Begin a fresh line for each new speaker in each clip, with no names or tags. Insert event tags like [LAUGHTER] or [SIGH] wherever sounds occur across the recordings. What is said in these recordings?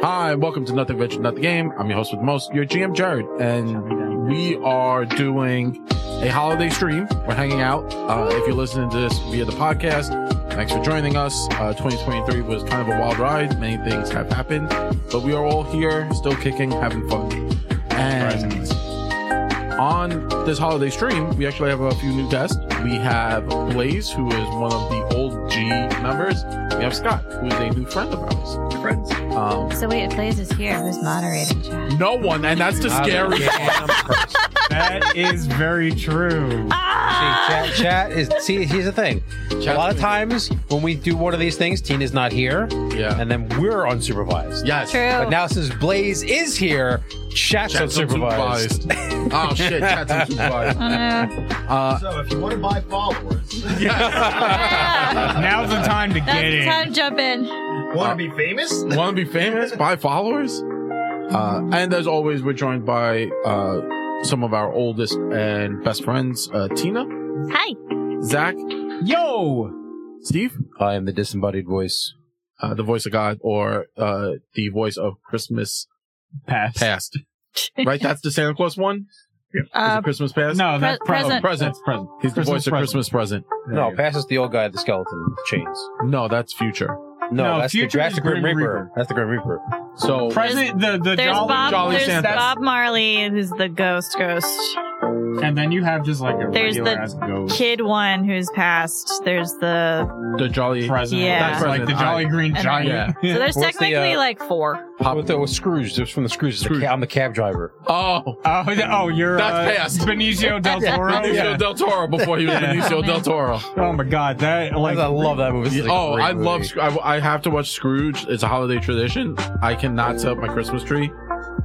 Hi, welcome to Nothing Venture, Nothing Game. I'm your host with the most, your GM Jared, and we are doing a holiday stream. We're hanging out. Uh, if you're listening to this via the podcast, thanks for joining us. Uh, 2023 was kind of a wild ride. Many things have happened, but we are all here, still kicking, having fun. And on this holiday stream, we actually have a few new guests. We have Blaze, who is one of the old G members. We have Scott, who is a new friend of ours.
friends.
Um,
So wait, Blaze is here. Who's moderating chat?
no one, and that's the
Not a
scary
damn person.
[LAUGHS] That is very true.
Ah,
See, chat, chat is see. Here's the thing. a lot of times when we do one of these things, Tina's not here,
Yeah.
and then we're unsupervised.
yes.
True.
But now since Blaze is here, chat's,
Chat's
unsupervised.
unsupervised.
[LAUGHS]
oh shit, chat's unsupervised.
Oh, no.
Uh, [LAUGHS]
So if you want to buy followers,
Yeah.
Now's the time to
That's
get
the
in.
time to jump in.
want to be famous?
Want to be famous? Buy followers? Uh, and as always, we're joined by uh, some of our oldest and best friends: uh, Tina,
Hi.
Zach,
Yo,
Steve,
I am the disembodied voice.
uh, the voice of God, or uh, the voice of Christmas
pass.
[LAUGHS]
past. right? That's the Santa Claus one. Is
Uh,
it Christmas past?
No, that's
Pre-
Oh,
present.
present.
Present.
That's present.
He's the voice of Christmas present.
No, pass is the old guy with the skeleton with the chains.
No, that's future.
No,
No,
that's the
future is
Jurassic Grim
Grim
Reaper.
Reaper.
That's the Grim Reaper.
So
present. The the
there's
jolly,
Bob.
jolly
there's
Santa.
Bob Marley, who's the ghost ghost.
And then you have just like a
There's
regular
the
ass ghost.
Kid one, who's passed. There's the.
the jolly
Present.
Yeah.
That's like the
Present,
jolly green
And
giant.
So there's
What's the,
technically
uh,
like four.
pop.
With the with Scrooge. It was from the Scrooge.
Scrooge.
Scrooge. I'm the cab driver.
Oh,
[LAUGHS] Oh, th- oh, you're
That's
uh,
past.
Benicio
[LAUGHS]
del Toro.
Benicio
Yeah.
del Toro before he was Benicio del Toro.
Oh my God, that like
I love that movie. This is a
oh,
great
I love.
movie.
Sc- I, I have to watch Scrooge. It's a holiday tradition. I cannot set up my Christmas tree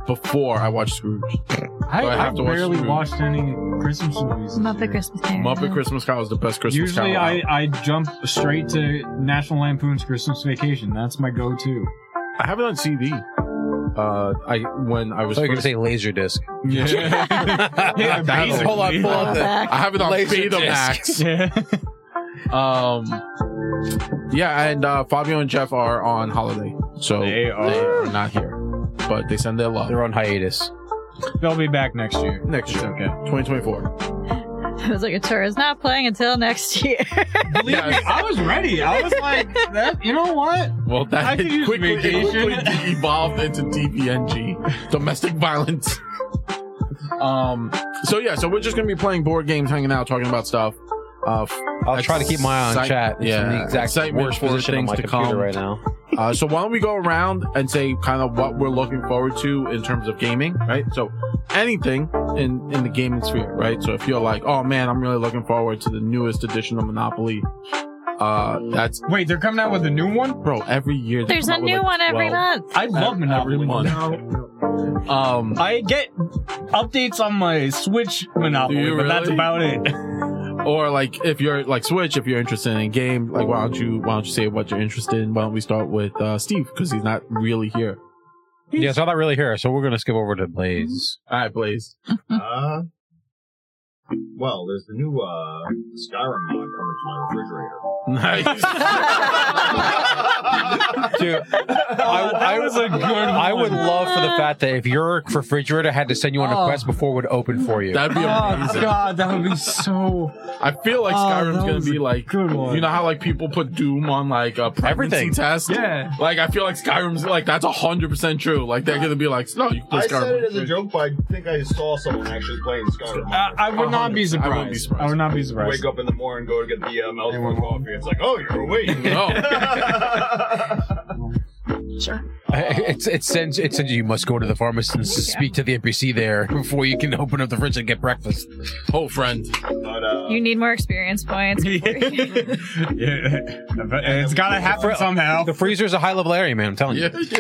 before I watch Scrooge.
I,
So I
I,
have to watch
barely
Scrooge.
watched any Christmas movies. this year.
Muppet Christmas Carol.
Muppet
[LAUGHS]
Christmas Carol is the best Christmas
Usually,
Carol. out.
I, I jump straight to National Lampoon's Christmas Vacation. That's my go-to.
I have it on CD. Uh, I when I was
So you're gonna
first-
say [LAUGHS] laser disc.
[LAUGHS] Yeah,
Not that
basically.
old.
Hold on, pull up the.
Back.
I have it on
Laserdisc.
Betamax.
Yeah.
um, yeah, and uh, Fabio and Jeff are on holiday, so
They are.
not here, but they send their love.
They're on hiatus.
They'll be back next year.
next year,
okay.
2024.
It was like a tour is not playing until next year.
Believe me, I was ready. I was like, that, you know what?
Well,
I
that
could use
quickly, it
vacation.
quickly de- evolved into DVNG, domestic
[LAUGHS]
violence. um. So yeah, so we're just gonna be playing board games, hanging out, talking about stuff. Uh, f-
I'll try to keep my eye on
Excite-
chat. It's in
yeah,
the exact
excitement
worst
for
position on
things
my
to
computer
come.
right now.
uh, so why don't we go around and say kind of what we're looking forward to in terms of gaming, right? So anything in in the gaming sphere, right? So if you're like, oh man, I'm really looking forward to the newest edition of Monopoly. Uh, that's
Wait, they're coming out with a new one?
bro. Every year they
[LAUGHS] There's
come
a
out with,
new
like,
one every
12.
month.
I love Monopoly.
every month. Um,
I get updates on my Switch Monopoly,
Do you
but that's
really?
about it.
or like if you're like switch if you're interested in a game like why don't you why don't you say what you're interested in why don't we start with uh steve because he's not really here
Yeah, so I'm not really here, so we're gonna skip over to Blaze.
all right blaze [LAUGHS]
Uh, well, there's the new uh, Skyrim mod coming to my refrigerator.
[LAUGHS]
nice
[LAUGHS]
Dude,
[LAUGHS] Oh, that was a good
I would
one.
love for the fact that if your refrigerator had to send you on a
Oh.
quest before it would open for you.
that'd be
Oh,
amazing
God, that would be so
i feel like
Oh,
skyrim's
that
gonna
was
be
a
like
good one.
you know how like people put doom on like a pregnancy
Everything.
test
Yeah.
like i feel like skyrim's like that's hundred percent true like they're gonna be like no you can play
I
skyrim
said it as a joke, but I think I saw someone actually playing Skyrim.
Uh,
mod.
I would not be surprised.
I wouldn't be surprised.
I would not be surprised.
Wake up in the morning, go to get the uh, Melbourne coffee. It's like, oh, you're awake.
[LAUGHS] no
[LAUGHS] It's it sends it sends you, you must go to the pharmacist and speak to the NPC there [LAUGHS] before you can open up the fridge and get breakfast.
whole Oh, friend
[LAUGHS] but, uh,
You need more experience
[LAUGHS]
points.
[LAUGHS] yeah,
before you-
But it's gotta happen somehow.
The freezer is a high level area, man. I'm telling you.
[LAUGHS]
yeah,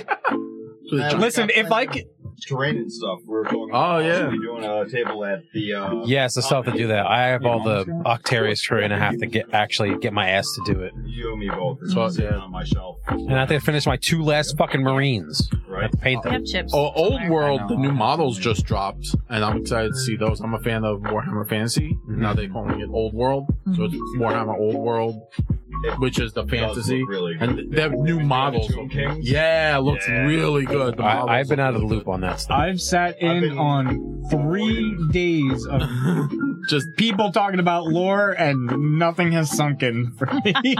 yeah.
Listen, if I could,
terrain and stuff. We were talking.
Oh,
about
yeah.
we're doing a table at the. Uh,
Yes, I still have to do that. I have all the Octarius terrain. I have to get actually get my ass to do it.
You and me both. It's
So,
sitting
yeah.
on my shelf,
And I have to finish my two last fucking Marines. I
right?
have to paint
You
them.
have chips.
Oh, old
somewhere.
world, the new models just dropped, and I'm excited to see those. I'm a Mm-hmm.
Mm-hmm.
fan of Warhammer Fantasy. Now they're calling it Old World, so it's Warhammer Old World. which is the
It does
fantasy.
look really good.
And that new models.
Tomb Kings?
Yeah, looks
Yeah.
really good. The models
I, I've been
look
out of the loop on that stuff.
I've sat
I've
in
been-
on three days of
just
people talking about lore, and nothing has sunk in for
[LAUGHS]
me.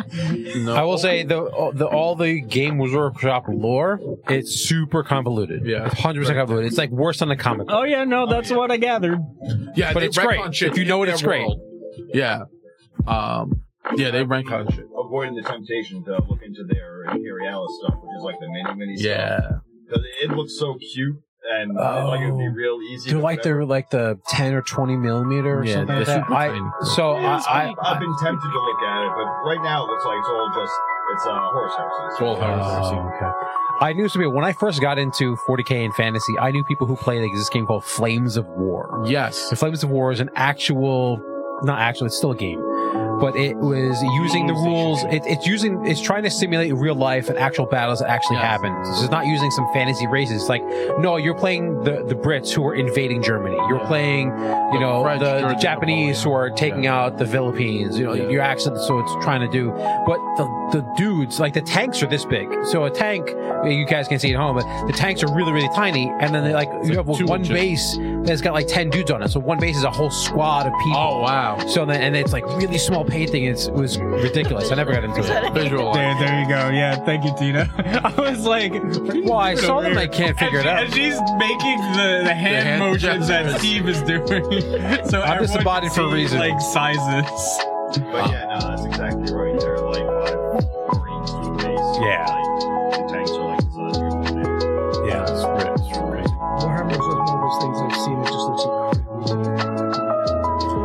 no.
I will say the, all- the all the game workshop lore, it's super convoluted.
Yeah.
it's hundred percent convoluted. It's like worse than the comic. book.
oh yeah, no, that's what I gathered.
yeah,
but
they
it's
rank
great.
on shit
If you know
in
it, it's
their
great.
world. Yeah. Um. Yeah, they rank on shit.
Avoiding the temptation to look into their Imperialis stuff, which is like the mini mini stuff.
Yeah.
Because it looks so cute and uh, like it'd be
Oh.
real easy.
Do
to
like
remember.
the like the ten or twenty millimeter or
Yeah,
something
they're
like that.
super
I-
tiny.
so
Yeah, it's
I,
been-
I,
I've been tempted to look at it, but right now it looks like it's all just it's uh, horse houses.
It's all horse.
Oh, okay. I knew somebody when I first got into 40k and fantasy. I knew people who played like this game called Flames of War.
Yes.
So Flames of War is an actual, not actual, it's still a game, but it was using the rules. It, it's using, it's trying to simulate real life and actual battles that actually
Yes.
happened. It's not using some fantasy races. It's like, no, you're playing the the Brits who are invading Germany. You're
Yeah.
playing,
The
you know,
French
the, the
during
Japanese who are taking out the Philippines. You know,
Yeah.
your accent. So it's trying to do, but the the dudes like the tanks are this big. So a tank, you guys can see at home, but the tanks are really really tiny. And then they like you
like
have
two
one
inches.
base that's got like ten dudes on it. So one base is a whole squad of people.
Oh wow.
So then, and it's like really small painting. It's, it was ridiculous. I never got into it.
Visual.
There, there you go. Yeah, thank you, Tina. [LAUGHS] I was like, what are you
Well, I
doing
saw
over
them. I
here?
can't figure
and
it out.
she- And she's making the, the hand
hand
motions that
gestures.
Steve is doing. [LAUGHS] so everyone
I'm disembodied
can
for a
see,
reason.
Like sizes.
But yeah, no, that's exactly right. They're like five marines to a base.
Yeah.
Like, the tanks are like the size of your planet.
Yeah, it's
Warhammer's just one of those things I've seen that just looks like.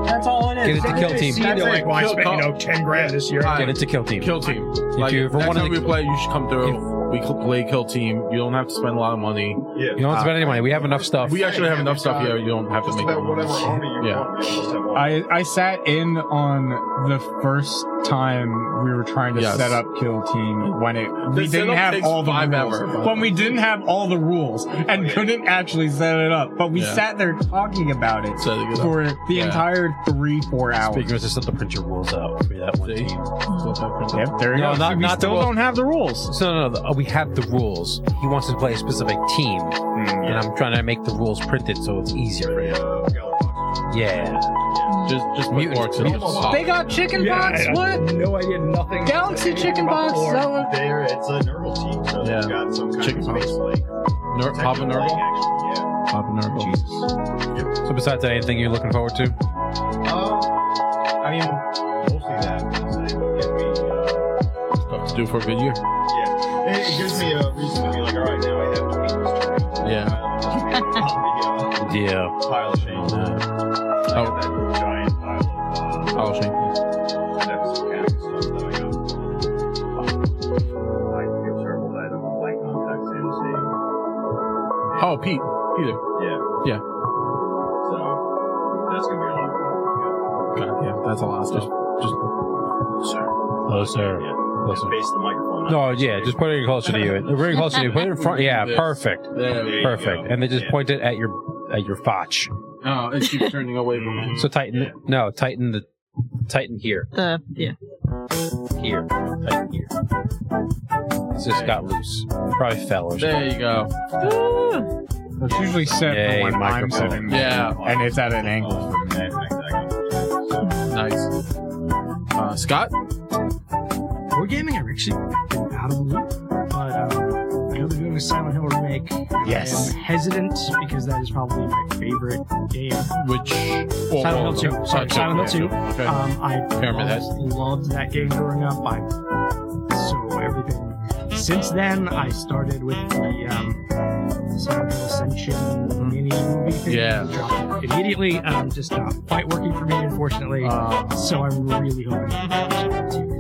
That's all it
Get
is.
it to kill team.
That's
They're
it.
like, why
Kill-
spend you know ten grand this year?
Alright.
Get it to kill team.
Kill team. Like
you
you
ever
next
wanted
time
to-
we play, you should come through. we could play kill team. You don't have to spend a lot of money.
Yeah.
You don't have to spend any money. We have enough stuff.
We actually have enough stuff here. You don't have to
Just
make
about whatever
money.
army you
Yeah.
want, you almost have all.
I, I sat in on the first time we were trying to
Yes.
set up kill team when it
The
we didn't
setup
have
takes
all the
five
rules.
hours. Oh,
When we didn't have all the rules and
yeah.
couldn't actually set it up, but we
Yeah.
sat there talking about it
So they get
for the
Yeah.
entire three four hours.
Speaking of this, let the printer rules out for that one
See?
team.
Yep, there you
No,
go.
not-
we
not the
still
rules.
don't have the rules.
So no, no, no, we have the rules. He wants to play a specific team, and I'm trying to make the rules printed so it's easier for him.
Uh, Galabox.
Yeah.
Just, just put
Mutants.
orcs in the
Mutants.
swamp.
They got chicken
Yeah,
pox.
I- I-
What?
No idea, nothing.
Galaxy chicken pox. So
There, it's a normal team, so
Yeah.
they've got some kind
Chicken
of
pox.
space like
Ner- Papa Nurgle.
action. Yeah.
Papa Nurgle.
So besides that, anything you're looking forward to?
Uh, I mean, mostly that. because It gives me, uh,
Stuff to do for a good year.
yeah, it- it gives me a reason to be like, all right, now I have to paint this tree.
Yeah.
I'll be, uh,
Yeah.
pile of shame. I got that giant pile of uh,
Oh, Shane.
Adeptus Mechanicus stuff that I got. I feel terrible that I don't have blank contacts in the same.
Oh, Pete. Either.
Yeah.
Yeah.
So, that's going to be a lot of fun.
God, yeah, that's a lot of stuff.
Hello, sir.
Yeah. Just
Listen.
base the microphone.
No, yeah, just put it closer to you. Bring it closer to you. Put it in front. Yeah, perfect,
There we
Yeah.
go.
perfect. And then just
Yeah.
point it at your at your fotch.
Oh, it keeps turning away from me.
So tighten. it. No, tighten the tighten here,
[LAUGHS] The yeah.
here, tighten here. This just got loose. Probably fell or something.
There you go.
It's usually set
Yay,
for when I'm
microphone.
sitting there.
Yeah,
And it's at an angle.
Yeah, exactly.
nice. Uh, Scott?
We're gaming are actually out of the loop, but um, I know they're doing a Silent Hill remake.
Yes.
I'm hesitant because that is probably my favorite game.
Which? or
Silent
all
Hill
of
2.
them.
Sorry,
Oh,
Silent Hill
yeah, Okay.
Um, I
Pyramid Head.
loved, loved that game growing up. I so everything. Since then, I started with the um, Silent Hill Ascension mini movie thing.
Yeah.
Dropped it Immediately, um, just not quite working for me, unfortunately.
Uh,
so I'm really hoping because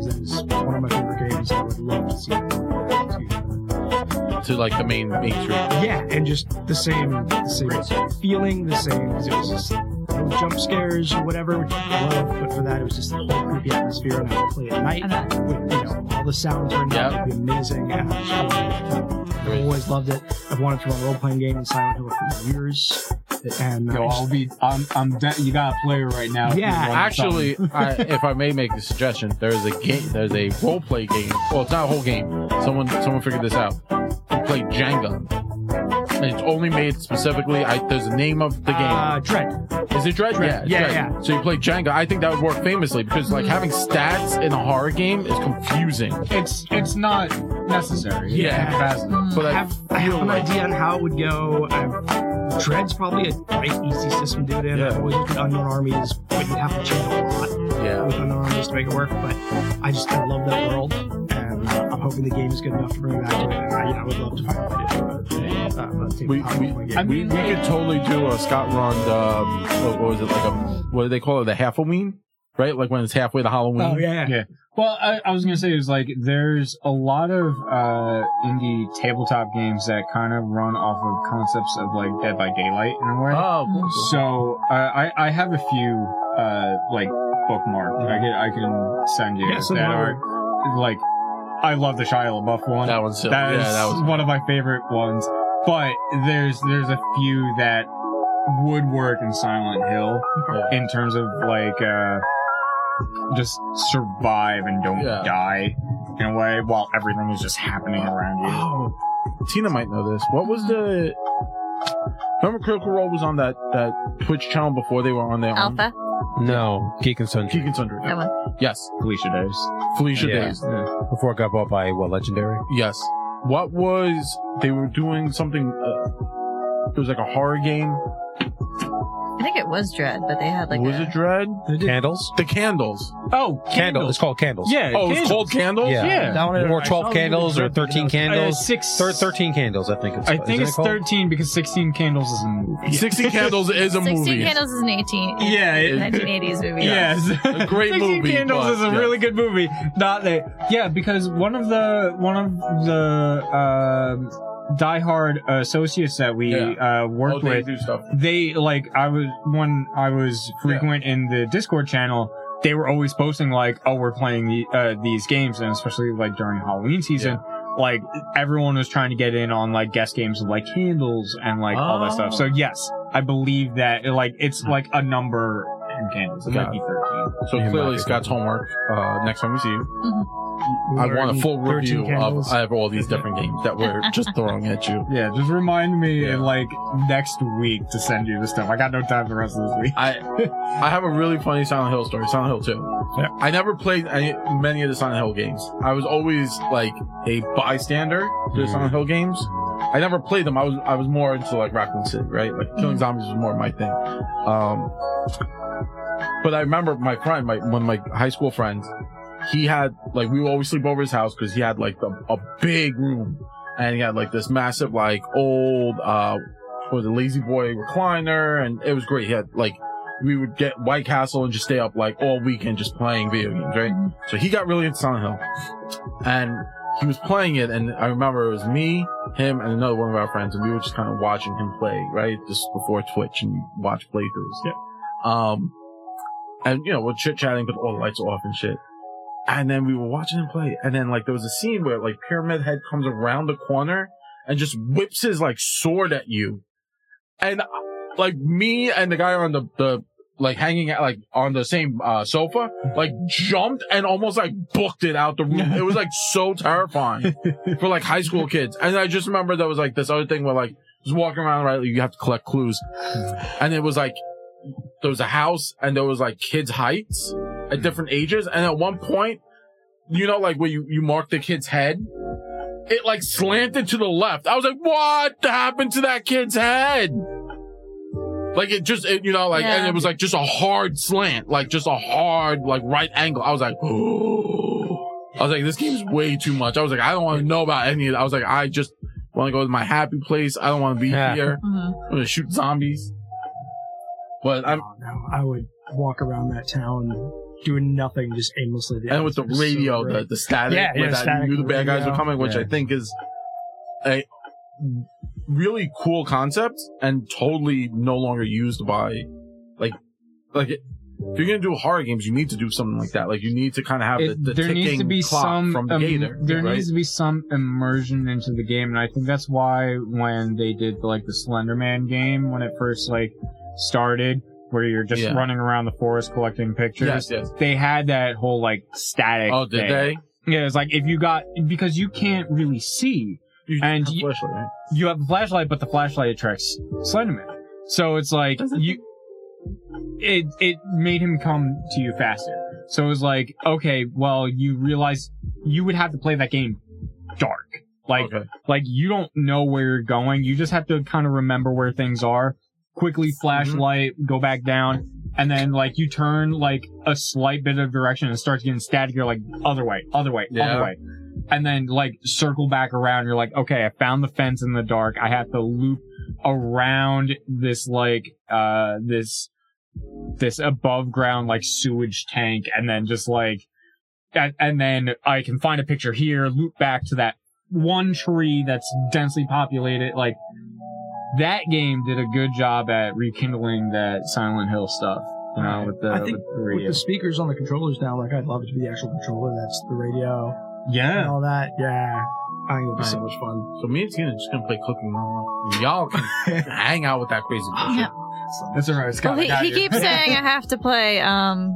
that is one of my favorite games. I would love to see it. Uh,
to like the main main street.
Yeah, and just the same, the same feeling, the same. It was just no jump scares or whatever, which I love. But for that, it was just the whole creepy atmosphere, and I would play at night.
And that-
With, you know, all the sounds were
Yeah.
not It'd be amazing. And I just really loved it. I've always loved it. I've wanted to run a role playing game in Silent Hill for years. and
Yo,
I
I'll be. I'm. I'm. De- you got a player right now.
Yeah,
Actually, I, if I may make the suggestion, there's a game, there's a role play game. Well, it's not a whole game. Someone, someone figured this out. You play Jenga. And it's only made specifically. I, there's a name of the game.
uh, Dread.
Is it Dread? Yeah, Mm.
Dread.
it's
Yeah,
Dread.
yeah.
So you play Jenga. I think that would work famously because like having stats in a horror game is confusing.
it's it's not necessary.
Yeah.
Fascinating.
But
I
I
have, I have
feel
an
like-
idea on how it would go. i Dread's probably a great easy system to do it in.
Yeah.
I've always looked at unknown armies, but you have to change a lot
yeah,
with unknown armies to make it work. But I just I love that world, and uh, I'm hoping the game is good enough to bring it back to it. And I, you know, I would love to find out. Uh, let's see
we
how
we,
we
we, we could totally do a Scott Rond. Um, what, what was it like? A what do they call it? The Halloween, right? Like when it's halfway to Halloween.
Oh yeah,
Yeah. Well, I, I was gonna say is like there's a lot of uh, indie tabletop games that kind of run off of concepts of like Dead by Daylight in a way.
Oh, cool.
So uh, I I have a few uh, like bookmarked. I can I can send you
Yeah, so
that
now-
are like I love the Shia LaBeouf one.
Oh, that one's silly.
That is
yeah, that was
one of my favorite ones. But there's there's a few that would work in Silent Hill
Yeah.
in terms of like uh just survive and don't
Yeah.
die in a way while everything is just happening around you.
Oh, Tina might know this. What was the? Remember, Critical Role was on that that Twitch channel before they were on their own.
Alpha.
No, Geek and Sundry.
Geek and Sundry.
That one.
Yes,
Felicia Days.
Felicia
Yeah.
Days.
Before it got bought by what Legendary?
Yes. What was they were doing something? Uh, it was like a horror game.
I think it was Dread, but they had like
was
a,
it Dread?
Candles.
The candles.
Oh,
Candle. It's called candles.
Yeah.
oh, it's called candles.
Yeah.
Yeah.
That one-
Or
I
twelve
probably would've
candles, or
dreaded that I
thirteen
was-
Uh,
candles.
six.
Thir- Thirteen candles, I think it's.
I
isn't
think
it
it's
called?
thirteen because sixteen candles is a movie.
Sixty Candles is a
16
movie.
Candles is an 18.
Yeah, it- [LAUGHS]
1980s movie.
Yes.
[LAUGHS] A great
16
movie,
Candles
but,
is a
yeah.
really good movie. Not that. Yeah, because one of the one of the um diehard associates that we uh, worked
Oh, they
with,
do stuff.
they like I was when I was frequent in the Discord channel. They were always posting like, "Oh, we're playing the, uh, these games," and especially like during Halloween season, like everyone was trying to get in on like guest games of like candles and like all that stuff. So yes, I believe that like it's like a number in candles. Hmm. It might
Got
be thirteen.
So
Yeah,
clearly,
Marcus.
Scott's homework. Uh, next time we see you,
We
I
were
want a
in
full
13
review of
candles.
I have all these different games that
[LAUGHS]
were just throwing at you.
Yeah, just remind me
Yeah.
like next week to send you the stuff. I got no time for the rest of [LAUGHS] this week.
I I have a really funny Silent Hill story. Silent Hill 2.
Yeah.
I never played any, many of the Silent Hill games. I was always like a bystander to the
Mhm.
Silent Hill games. I never played them. I was I was more into like Raccoon City, right? Like killing zombies was more my thing. Um, but I remember my friend, my one of my high school friends, he had like we would always sleep over his house because he had like a, a big room and he had like this massive like old uh what was a lazy boy recliner and it was great. He had like we would get White Castle and just stay up like all weekend just playing video games, right? So he got really into Silent Hill and he was playing it and I remember it was me, him, and another one of our friends and we were just kind of watching him play, right? Just before Twitch and you watch playthroughs. Yeah. Um, and you know, we're chit chatting, but all the lights are off and shit. And then we were watching him play. And then like there was a scene where like Pyramid Head comes around the corner and just whips his like sword at you. And uh, like me and the guy on the, the like hanging out like on the same uh, sofa, like jumped and almost like booked it out the room. It was like so terrifying [LAUGHS] for like high school kids. And I just remember there was like this other thing where like just walking around, right? You have to collect clues. And it was like there was a house and there was like kids' heights at different ages. And at one point, you know, like where you, you mark the kid's head, it like slanted to the left. I was like, what happened to that kid's head? Like it just, it, you know, like, and
Yeah.
it was like just a hard slant, like just a hard, like right angle. I was like, [GASPS] "Oh." I was like, this game's way too much. I was like, I don't want to know about any of that. I was like, I just want to go to my happy place. I don't want to be
Yeah.
here.
Mhm.
I'm going to shoot zombies. But I'm,
Oh, no, I would walk around that town doing nothing, just aimlessly.
and with the
hours are so
radio,
great.
the, the static,
Yeah,
where
yeah,
that
static
you knew the bad guys
radio.
were coming, which
Yeah.
I think is a really cool concept and totally no longer used by like like if you're gonna do horror games, you need to do something like that. Like you need to kind of have
It-
the, the
there
ticking
needs to be
clock
some
from the
um,
gator.
there
right?
needs to be some immersion into the game, and I think that's why when they did like the Slender Man game when it first like started, where you're just
Yeah.
running around the forest collecting pictures,
yes, yes.
they had that whole like static.
Oh, did
thing.
they?
Yeah, it's like if you got because you can't really see.
You
And
have
you-
flashlight, right?
You have a flashlight, but the flashlight attracts Slenderman. So it's like
Does it?
you. It it made him come to you faster. So it was like okay, well you realize you would have to play that game dark. Like
okay.
like you don't know where you're going. You just have to kind of remember where things are. Quickly flashlight, go back down, and then like you turn like a slight bit of direction and it starts getting static. You're like other way, other way,
Yeah.
other way, and then like circle back around. You're like, okay, I found the fence in the dark. I have to loop around this like uh this this above ground like sewage tank, and then just like. And, and then I can find a picture here, loop back to that one tree that's densely populated. Like that game did a good job at rekindling that Silent Hill stuff. You know, with the,
I think
with the
With
radio.
the speakers on the controllers now, like I'd love it to be the actual controller. That's the radio and
yeah.
all that. Yeah, I think it'd be so
Right.
much fun.
So me and Tina just gonna play Cooking Mama. And Y'all
[LAUGHS]
can hang out with that crazy bullshit.
Yeah.
That's all right. It's
Well,
got,
he, he keeps saying I have to play um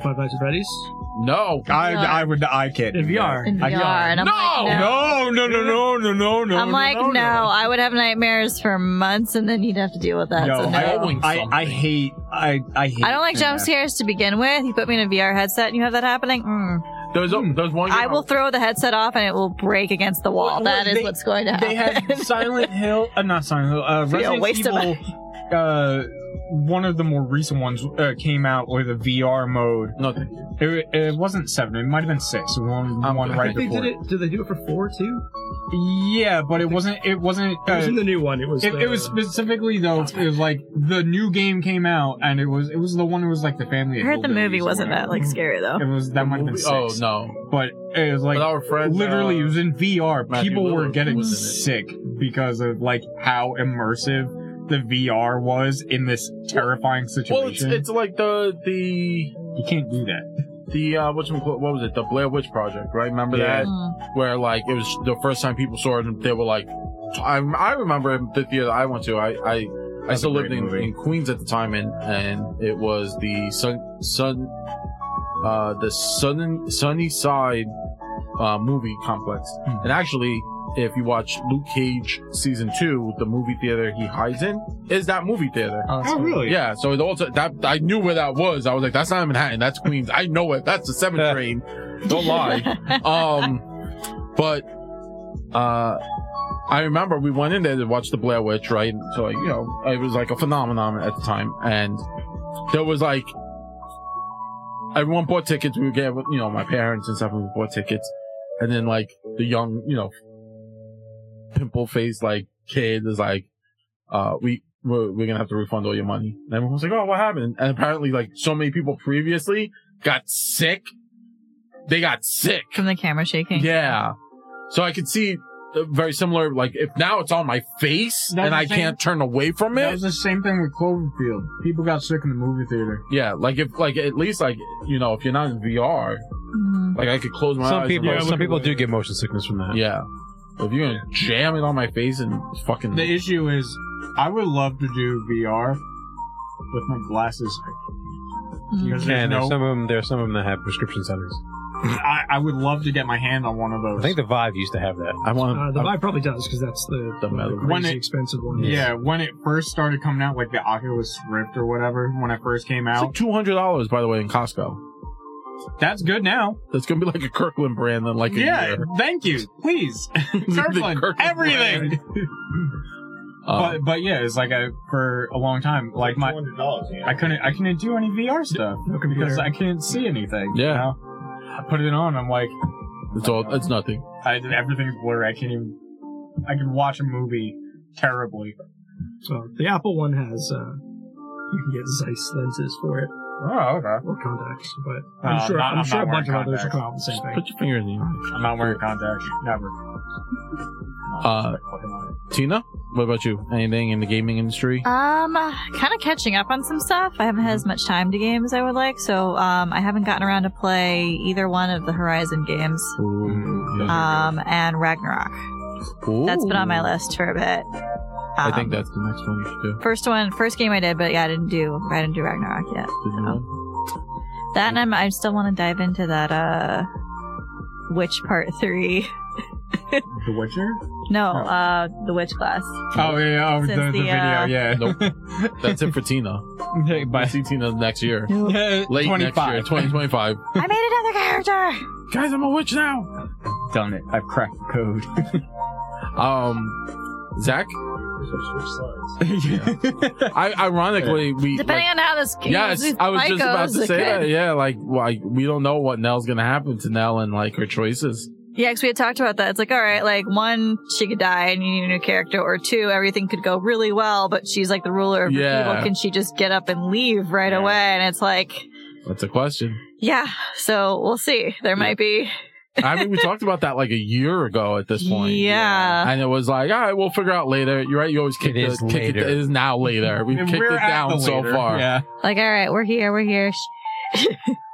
Five Nights at Freddy's
[LAUGHS] No.
I,
Yeah.
I would. I can't.
in VR.
in
I-
VR, and I'm
No!
like, no.
No, no, no, no, no, no, no.
I'm
no,
like,
no,
no, I would have nightmares for months, and then you'd have to deal with that.
No,
so no.
I,
Knowing
I, I
something.
hate. I, I hate.
I don't like jump scares to begin with. You put me in a VR headset and you have that happening. Mm.
There's, a, there's one.
I will throw the headset off and it will break against the wall.
Well,
that is
they-
what's going to happen.
They [LAUGHS]
[LAUGHS]
had Silent Hill, uh, not Silent Hill, uh,
Be a
Resident
waste of
Evil. uh, one of the more recent ones uh, came out with a VR mode.
No, th-
It, it wasn't seven. It might have been six. The One,
I'm
one
good.
right
I think
before.
did it. Did they do it for four too?
Yeah, but it wasn't. It wasn't.
it
Uh,
was in the new one. It was.
it,
the,
it was specifically though. It was like the new game came out, and it was it was the one who was like the family.
I
of
heard the
hillbillies
movie
or
wasn't that
whatever.
like scary though.
It was that might have been
movie-
six.
oh no!
But it was like
But our friend,
literally
uh,
it was in VR.
Matthew
People were
Lillard
getting
was in it.
sick because of like how immersive the VR was in this terrifying
well, it's
situation.
it's like the the
you can't do that.
the uh, what's what was it? The Blair Witch Project, right? Remember
Yeah.
that?
Mm.
Where like it was the first time people saw it, and they were like, I, I remember the theater I went to. I I, I
That's
still
a
lived
great
in,
movie.
in Queens at the time, and and it was the sun sun uh the sun sunny side uh, movie complex.
Hmm.
And actually, if you watch Luke Cage season two, the movie theater he hides in is that movie theater.
Oh, that's cool.
Yeah, so it also that I knew where that was. I was like, that's not Manhattan, that's Queens. I know it. That's the seventh train. Don't lie. Um, but uh, I remember we went in there to watch the Blair Witch, right? So like, you know, it was like a phenomenon at the time, and there was like everyone bought tickets. We were getting, you know, my parents and stuff. We bought tickets, and then like the young, you know, pimple faced like kid is like, uh, we. We're, we're gonna have to refund all your money. And everyone was like, "Oh, what happened?" And apparently, like so many people previously got sick. They got sick.
From the camera shaking.
Yeah. So I could see uh, very similar. Like if now it's on my face
That's
and I
the same-
can't turn away from
That
it.
was the same thing with Cloverfield. People got sick in the movie theater.
Yeah. Like if like at least like you know if you're not in VR,
Mm.
like I could close my
Some
eyes.
people,
and-
some people do get motion sickness from
[LAUGHS]
that.
yeah. If you're gonna jam it on my face and fucking
The issue is, I would love to do VR with my glasses.
Mm.
Because there's
And there's
no,
some of them. There's some of them that have prescription settings.
I, I would love to get my hand on one of those.
I think the Vive used to have that.
[LAUGHS]
I want
Uh, the vibe probably does because that's the
The metal.
crazy
When it-
expensive one.
yeah, when it first started coming out, like the Oculus Rift or whatever, when it first came
It's
out,
like two hundred dollars by the way in Costco.
that's good now.
That's gonna be like a Kirkland brand in like a
yeah,
year.
thank you.
[LAUGHS]
Please,
The
Kirkland,
Kirkland
everything.
brand.
But
Um,
but yeah, it's like I for a long time, like [LAUGHS] my
hundred dollars. Yeah.
I couldn't I couldn't do any VR stuff
No computer.
because I couldn't see anything.
Yeah.
you know? I put it on. I'm like.
it's all it's nothing.
I, everything's blurry. I can't even. I can watch a movie terribly.
So the Apple one has uh, you can get Zeiss lenses for it
Oh, okay.
or contacts, but
Uh,
I'm sure
not-
I'm,
I'm
sure
not
a bunch of
wearing
others
contacts.
will come out with the same
Just
thing.
put your finger in the eye.
I'm not wearing contacts. Never.
Uh, Tina, what about you? Anything in the gaming industry?
Um, kind of catching up on some stuff. I haven't had as much time to game as I would like, so um, I haven't gotten around to play either one of the Horizon games.
Ooh,
Um, and Ragnarok. That's been on my list for a bit.
I
Um,
think that's the next one you should do.
first one, first game I did, but yeah, I didn't do, I didn't do Ragnarok yet.
The new one?
That and I'm, I still want to dive into that uh, Witch Part Three. [LAUGHS]
The Witcher?
No,
Oh.
uh, the Witch class.
Oh, yeah, yeah, oh, the,
Since
the,
the,
video,
uh,
yeah.
That's it for Tina. I
But
see Tina next year. Late
25.
next year, 2025.
I made another
[LAUGHS]
character.
Guys, I'm a witch now.
Done it. I've cracked the code.
Um, Zach,
[LAUGHS] yeah.
I ironically we
Depending
like,
on how this game
yes, I was just about to say that. Yeah, like why we don't know what Nell's gonna happen to Nell and like her choices.
Yeah, because we had talked about that. It's like, all right, like one, she could die and you need a new character, or two, everything could go really well, but she's like the ruler of
Yeah.
evil. Can she just get up and leave right
Yeah.
away? And it's like,
That's a question.
yeah. So we'll see. There might be.
I mean, we talked about that like a year ago at this point.
Yeah.
And it was like, all right, we'll figure out later. You're right. You always kick
It is
the, kick
later.
It is now
[LAUGHS]
later. We've
And
kicked
we're
it
at
down
the
so
later.
far.
Yeah.
Like, all right, we're here, we're here.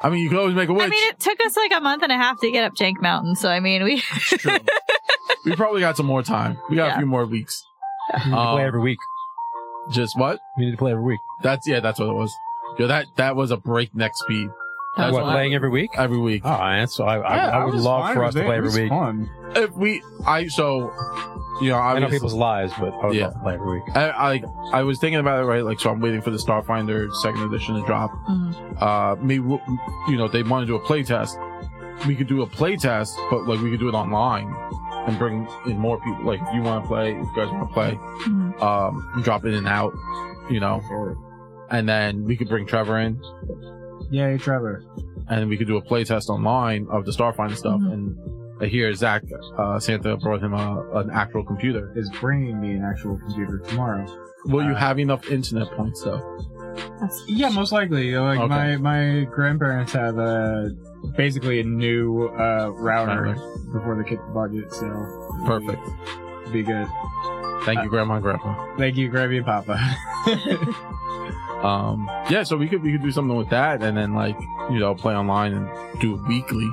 I mean, you could always make a witch.
I mean, it took us like a month and a half to get up Jank Mountain, so I mean, we [LAUGHS]
It's true. we probably got some more time. We got a
Yeah.
few more
[LAUGHS]
weeks.
We need to play
Um,
every week.
Just what?
We need to play every week.
That's yeah. That's what it was. Yo, that that was a breakneck speed That's
what
what I-
playing every week?
every week.
Oh, that's so I, I, I would
was
love
fine
for
with
us to
it.
play
It
every
was
week.
fun.
If we, I so, you know,
I know
obviously-
people's lives, but I would
Yeah.
love to play every week.
I, I I was thinking about it right, like so. I'm waiting for the Starfinder second edition to drop. Uh, maybe we'll- you know if they want to do a play test. We could do a play test, but like we could do it online and bring in more people. Like if you want to play, if you guys want to play,
Mhm.
um, drop in and out, you know, and then we could bring Trevor in
Yay, Trevor.
and we could do a play test online of the Starfinder stuff.
Mhm.
And I hear Zach uh, Santa brought him a, an actual computer.
Is bringing me an actual computer tomorrow.
Will you
Uh,
have enough internet points though?
Yeah, most likely. Like
Okay.
my my grandparents had uh, basically a new uh, router before they kicked the budget, so
Perfect.
be good.
Thank you, Grandma and Grandpa.
Thank you, Gravy and Papa. [LAUGHS]
Um, yeah, so we could we could do something with that, and then like you know play online and do it weekly,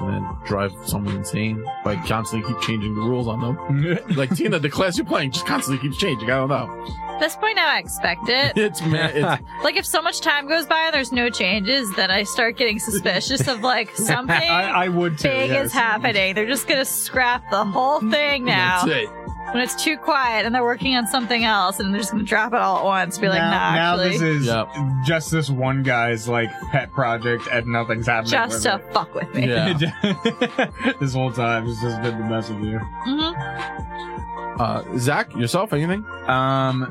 and then drive someone insane by constantly keep changing the rules on them. Like Tina, the class you're playing just constantly keeps changing. I don't know.
At this point now, I expect it.
It's man, it's
Like, if so much time goes by and there's no changes, then I start getting suspicious of like something
I, I would too.
big
yes.
is happening. They're just gonna scrap the whole thing now
that's it.
when it's too quiet and they're working on something else and they're just gonna drop it all at once. Be like,
now, now
nah,
this
actually,
is
Yep.
just this one guy's like pet project, and nothing's happening.
just to
with
fuck with me.
Yeah.
it. [LAUGHS] this whole time, it's just been the mess of you.
hmm
Uh, Zach, yourself, anything?
Um,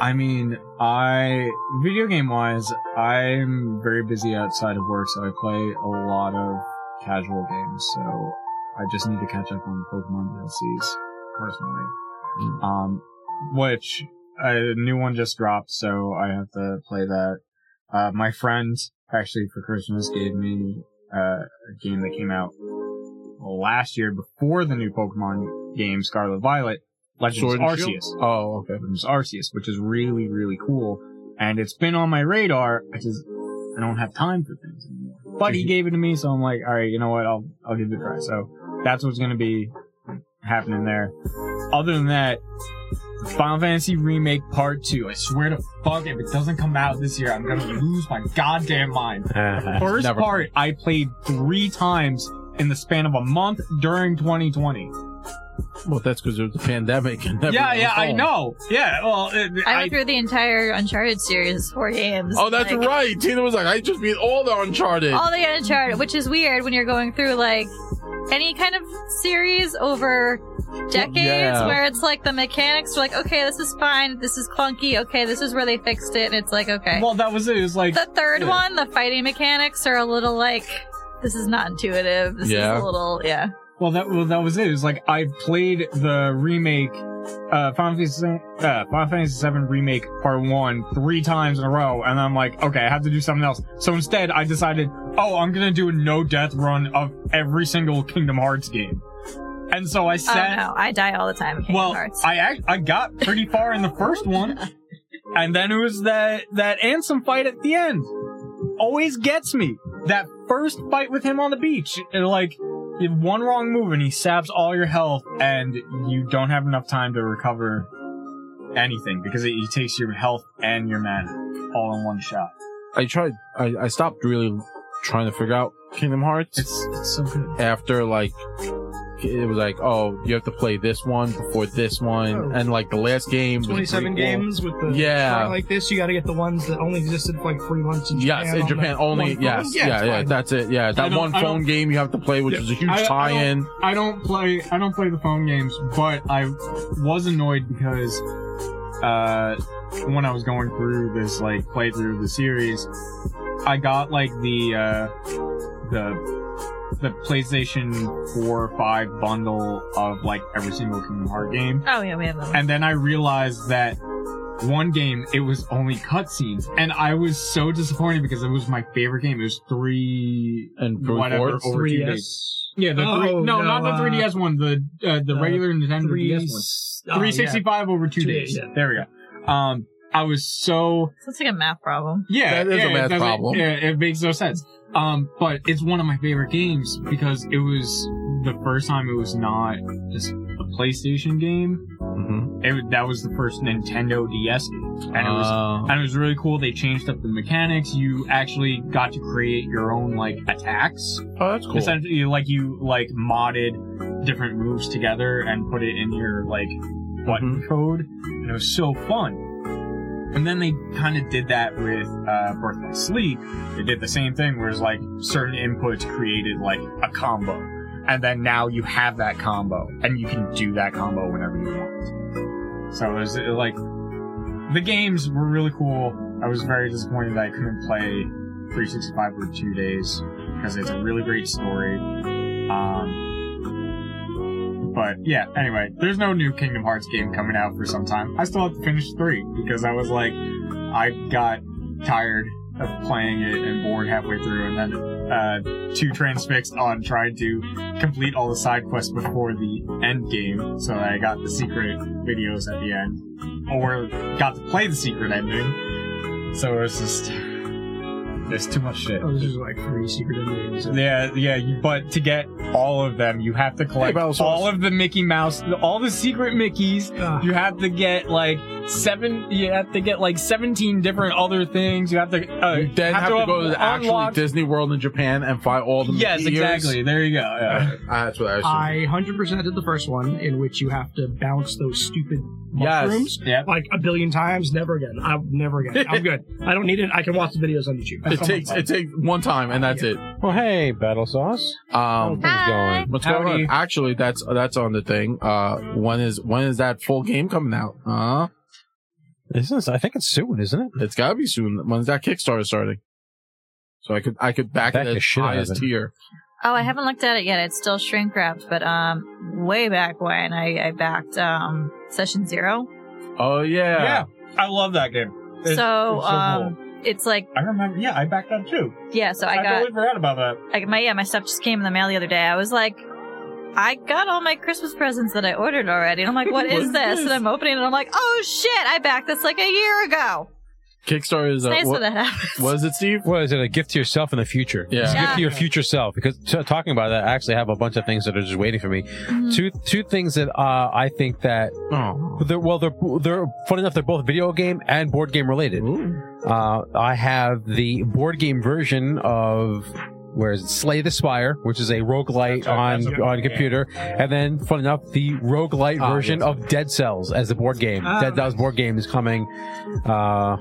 I mean, I video game wise, I'm very busy outside of work, so I play a lot of casual games. So I just need to catch up on Pokemon DLCs personally.
Mm.
Um, which a new one just dropped, so I have to play that. Uh, my friend actually for Christmas gave me uh, a game that came out last year before the new Pokemon game, Scarlet Violet, Legends
Sword
of
and Shield?
Arceus.
Oh, okay.
Algorithms Arceus, which is really, really cool. And it's been on my radar. I just, I don't have time for things anymore.
[LAUGHS]
But he gave it to me, so I'm like, all right, you know what? I'll, I'll give it a try. So that's what's going to be happening there. Other than that, Final Fantasy Remake Part 2. I swear to fuck, if it doesn't come out this year, I'm going to lose my goddamn mind.
Uh-huh.
First
Never.
part, I played three times in the span of a month during 2020.
Well, that's because there's a pandemic. And
Yeah,
everyone
yeah,
was
I
home.
know. Yeah, well, it,
I went through the entire Uncharted series, four games.
Oh, that's
like,
right. Tina was like, I just beat all the Uncharted.
all the Uncharted, which is weird when you're going through like any kind of series over decades
Yeah.
where it's like the mechanics are like, okay, this is fine, this is clunky, okay, this is where they fixed it, and it's like, okay.
Well, that was it. It was like,
the third
yeah.
one, the fighting mechanics are a little like, this is not intuitive. This
Yeah.
is a little, yeah.
well, that well, that was it. It was like I played the remake, uh, Final Fantasy, uh, Final Fantasy VII remake part one three times in a row, and I'm like, okay, I have to do something else. So instead, I decided, oh, I'm gonna do a no death run of every single Kingdom Hearts game. And so I
Oh
sat.
no, I die all the time. in Kingdom
Well,
Hearts.
I act, I got pretty far in the first one, and then it was that that Ansem fight at the end. Always gets me. That first fight with him on the beach, and like you have one wrong move and he saps all your health, and you don't have enough time to recover anything because he takes your health and your mana all in one shot.
I tried. I, I stopped really trying to figure out Kingdom Hearts
It's, it's so good.
after like it was like, oh, you have to play this one before this
Oh.
one, and like the last game. was a
27
prequel.
games with the
Yeah.
track like this. You got to get the ones that only existed for like three months in Japan.
Yes, in
on
Japan
that
only.
one phone.
Yes,
yeah,
yeah,
it's
yeah,
fine.
That's it. Yeah, that
don't-
one
I
phone game you have to play, which
Yeah.
was a huge
I- I don't-
tie-in.
I don't play I don't play the phone games, but I was annoyed because uh when I was going through this like playthrough of the series, I got like the uh the the PlayStation 4 5 bundle of like every single Kingdom Heart game.
oh yeah, we have that. One.
And then I realized that one game it was only cutscenes. And I was so disappointed because it was my favorite game. It was three
and brute
whatever
force.
over two
3DS.
days. Yeah, the
Oh,
three, no,
no,
not the
uh,
3DS one, the uh, the
uh,
regular Nintendo
Three-
DS one.
oh, yeah.
365 over two,
Two
days.
days, yeah.
There we go. Um, I was so
It's like a math problem.
yeah.
That is a
yeah,
math
it doesn't-
problem.
Yeah, it makes no sense. Um, but it's one of my favorite games because it was the first time it was not just a PlayStation game.
Mhm.
It, was- that was the first Nintendo DS, game. and it was
Uh,
and it was really cool. They changed up the mechanics. You actually got to create your own like attacks.
oh, that's cool.
Essentially, like you like modded different moves together and put it in your like
Mm-hmm.
button code, and it was so fun. And then they kind of did that with uh, Birth by Sleep. They did the same thing, whereas like certain inputs created like a combo, and then now you have that combo, and you can do that combo whenever you want. So it was uh, like the games were really cool. I was very disappointed that I couldn't play 365 for two days because it's a really great story. Um, but yeah, anyway, there's no new Kingdom Hearts game coming out for some time. I still have to finish three because I was like, I got tired of playing it and bored halfway through, and then uh, too transfixed on trying to complete all the side quests before the end game, so that I got the secret videos at the end, or got to play the secret ending. So it's just there's too much shit.
Oh, this is like three secret endings.
Yeah, yeah, you- but to get all of them, you have to collect
Hey, Bowser's.
all of the Mickey Mouse, all the secret Mickeys.
Ah.
You have to get like seven. You have to get like seventeen different other things. You have to. Uh,
you then have, to go to the actual
unlock-
Disney World in Japan and find all the
Yes,
meteors.
exactly. There you go. yeah.
[LAUGHS] Uh, that's what I assumed.
I 100% did the first one, in which you have to bounce those stupid
Yes.
mushrooms
Yep.
like a billion times. Never again. I never again.
[LAUGHS]
I'm good. I don't need it. I can watch the videos on YouTube.
it takes it takes one time and that's
Well, hey, Battle Sauce.
it. Um,
How's things
Hi.
going?
what's
Howdy.
going on? Actually, that's that's on the thing. Uh, when is when is that full game coming out? Huh?
Isn't this, I think it's soon, isn't it?
It's gotta be soon. When's that Kickstarter starting? So I could I could back,
Back
it
the
as
shit out of
highest
it.
tier.
Oh, I haven't looked at it yet. It's still shrink wrapped, but um, way back when I, I backed um session zero.
Oh yeah,
Yeah, I love that game. It's-
so
it's
um,
cool.
it's like
I remember. Yeah, I backed that too.
yeah. So I got
totally forgot about that.
I, my yeah my stuff just came in the mail the other day. I was like. I got all my Christmas presents that I ordered already. And I'm like, what
What
is
is
this?
this?
And I'm opening it and I'm like, oh shit, I backed this like a year ago.
Kickstarter is
It's
a,
nice when
what,
that happens.
what is it, Steve?
[LAUGHS] What is it? A gift to yourself in the future?
Yeah.
It's a gift
Yeah.
to your future self. Because t- talking about that, I actually have a bunch of things that are just waiting for me.
Mhm.
Two two things that uh, I think that
Mm-hmm. Oh,
they're well, they're they're funny enough. They're both video game and board game related. Uh, I have the board game version of where is it? Slay the Spire, which is a roguelite
That's right,
on
that's right.
on computer, and then fun enough, the roguelite
Ah,
version
yes.
of Dead Cells as a board game.
Ah,
Dead Cells board game is coming. Uh,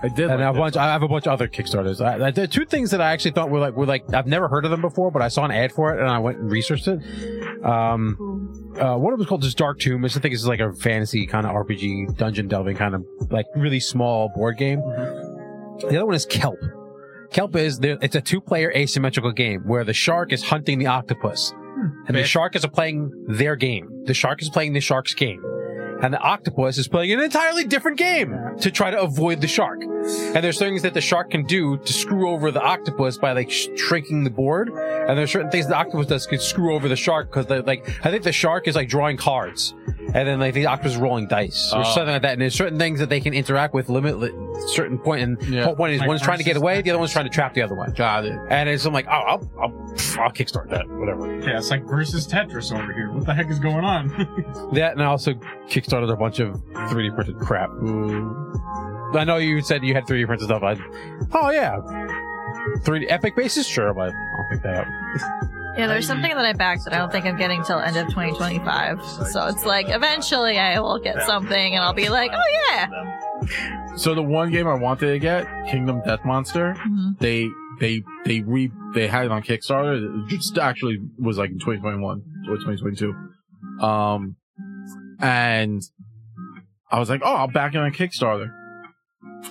I did. like
and I
that.
have a bunch. I have a bunch of other Kickstarters. I, I, there are two things that I actually thought were like were like I've never heard of them before, but I saw an ad for it and I went and researched it. Um, uh, one of them is called just Dark Tomb. It's I think it's like a fantasy kind of RPG dungeon delving kind of like really small board game.
Mm-hmm.
The other one is Kelp. Kelp is there, it's a two player asymmetrical game where the shark is hunting the octopus, and the
Bit.
shark is playing their game. The shark is playing the shark's game. and the octopus is playing an entirely different game to try to avoid the shark. And there's things that the shark can do to screw over the octopus by like sh- shrinking the board. And there's certain things the octopus does could screw over the shark because like I think the shark is like drawing cards, and then like the octopus is rolling dice or
Oh.
something like that. And there's certain things that they can interact with limit li- certain point. And
Yeah.
whole point is
Like
one's trying to get
versus-
away, the other one's trying to trap the other one.
Got it.
And it's I'm like, oh, I'll, I'll, I'll kickstart that, whatever.
Yeah, it's like versus Tetris over here. What the heck is going on? [LAUGHS]
That and I also kickstarted a bunch of 3D printed crap. I know you said you had 3D printed stuff. I, oh yeah, 3D Epic bases, sure, but I'll pick that up.
Yeah, there's something that I backed that I don't think I'm getting till end of 2025. So it's like eventually I will get something and I'll be like, oh yeah.
So the one game I wanted to get, Kingdom Death Monster,
Mhm.
they they they re they had it on Kickstarter. It just actually was like in 2021 or 2022. Um, and I was like, oh, I'll back it on Kickstarter.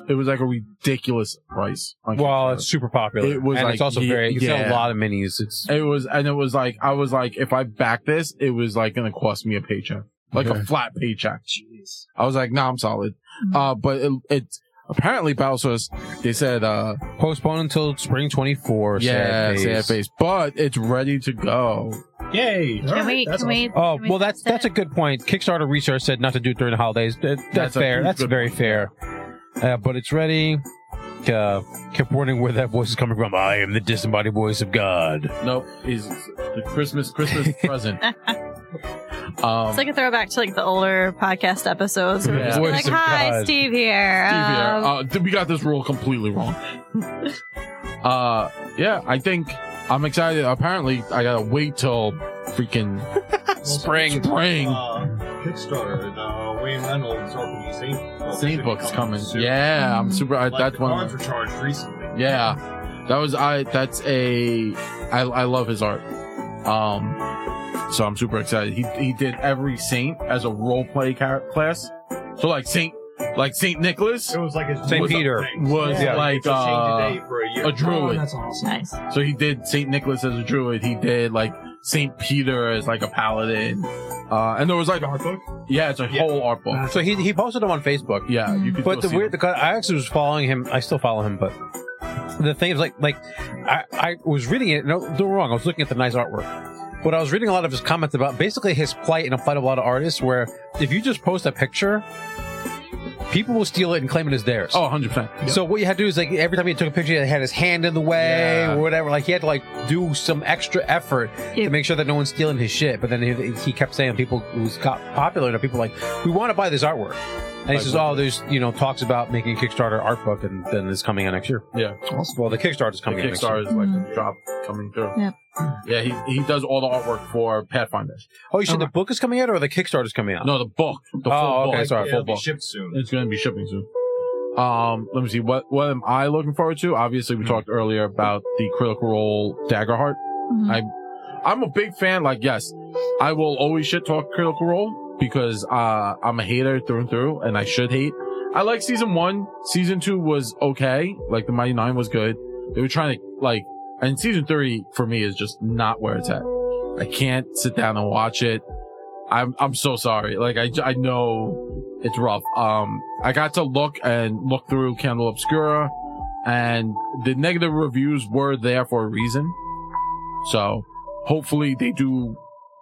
It was like a ridiculous price. on
Well,
Kickstarter.
it's super popular.
It was
and
like
it's also
ye-
very. You sell
yeah.
a lot of minis. It's
It was, and it was like, I was like, if I back this, it was like going to cost me a paycheck, like
Okay.
a flat paycheck.
Jeez.
I was like, nah, I'm solid. Uh, but it, it apparently Battle Source, they said, uh,
postponed until spring 24.
yeah,
sad
sad
face.
face, but it's ready to go.
Yay!
Can we, can we,
Oh
can we
well, that's
test
that's a
it?
good point. Kickstarter research said not to do it during the holidays. That- That's,
That's a
fair. That's
good
very fair. Uh, but it's ready. Uh, kept wondering where that voice is coming from. I am the disembodied voice of God.
Nope, is the Christmas [LAUGHS] Christmas present. Um,
It's like a throwback to like the older podcast episodes. Where we're
Yeah.
just be
Voice
like,
of
hi,
God.
Steve here.
Steve here.
Um,
Uh, th- we got this rule completely wrong. uh, yeah, I think I'm excited. Apparently, I gotta wait till
[LAUGHS]
freaking
Spring.
spring.
Uh, Kickstarter, the Wayne Reynolds RPG Saint Book.
Saint book's coming. Yeah, I'm super. I,
Like
that's
the
one.
cards were charged recently.
Yeah, that was I. That's a. I I love his art. Um, so I'm super excited. He he did every saint as a role play char- class. So like Saint like Saint Nicholas
It was like a
Saint
was a
Peter.
thing.
was
Yeah.
like
It's a saint
uh,
today for a year.
a druid.
that's awesome.
nice.
So he did Saint Nicholas as a druid. He did like Saint Peter as like a paladin. Uh, and there was like
Art book?
yeah, it's a
Yeah.
whole art book.
So he he posted them on Facebook.
Yeah, you could.
But
go
the
see
weird,
them.
because I actually was following him. I still follow him, but the thing is, like, like I, I was reading it. No, don't get me wrong. I was looking at the nice artwork, but I was reading a lot of his comments about basically his plight and a plight of a lot of artists. Where if you just post a picture, people will steal it and claim it as theirs.
oh, 100 percent.
So what you had to do is like every time he took a picture, he had his hand in the way
Yeah.
or whatever. Like he had to like do some extra effort
Yeah.
to make sure that no one's stealing his shit. But then he, he kept saying people who's got popular and people like we want to buy this artwork. And he
Like
says,
what?
"Oh, there's you know talks about making a Kickstarter art book, and then it's coming out next year."
Yeah.
Well, the Kickstarter's
The
coming out next year.
Kickstarter is like a drop coming through.
Yep.
Yeah, he, he does all the artwork for Pathfinder.
Oh, you said the book is coming out, or the Kickstarter's coming out?
No, the book. The
Oh,
full
okay,
book.
sorry,
The
Yeah,
full
it'll be
book.
shipped soon.
it's going to be shipping soon. Um, let me see. What what am I looking forward to? Obviously,
Hmm.
we talked earlier about the Critical Role Daggerheart.
Mhm.
I- I'm a big fan. Like, yes, I will always shit talk Critical Role because uh, I'm a hater through and through, and I should hate. I like season one. Season two was okay. Like the Mighty Nine was good. They were trying to like, and season three for me is just not where it's at. I can't sit down and watch it. I'm I'm so sorry. Like I I know it's rough. Um, I got to look and look through Candle Obscura, and the negative reviews were there for a reason. So hopefully they do.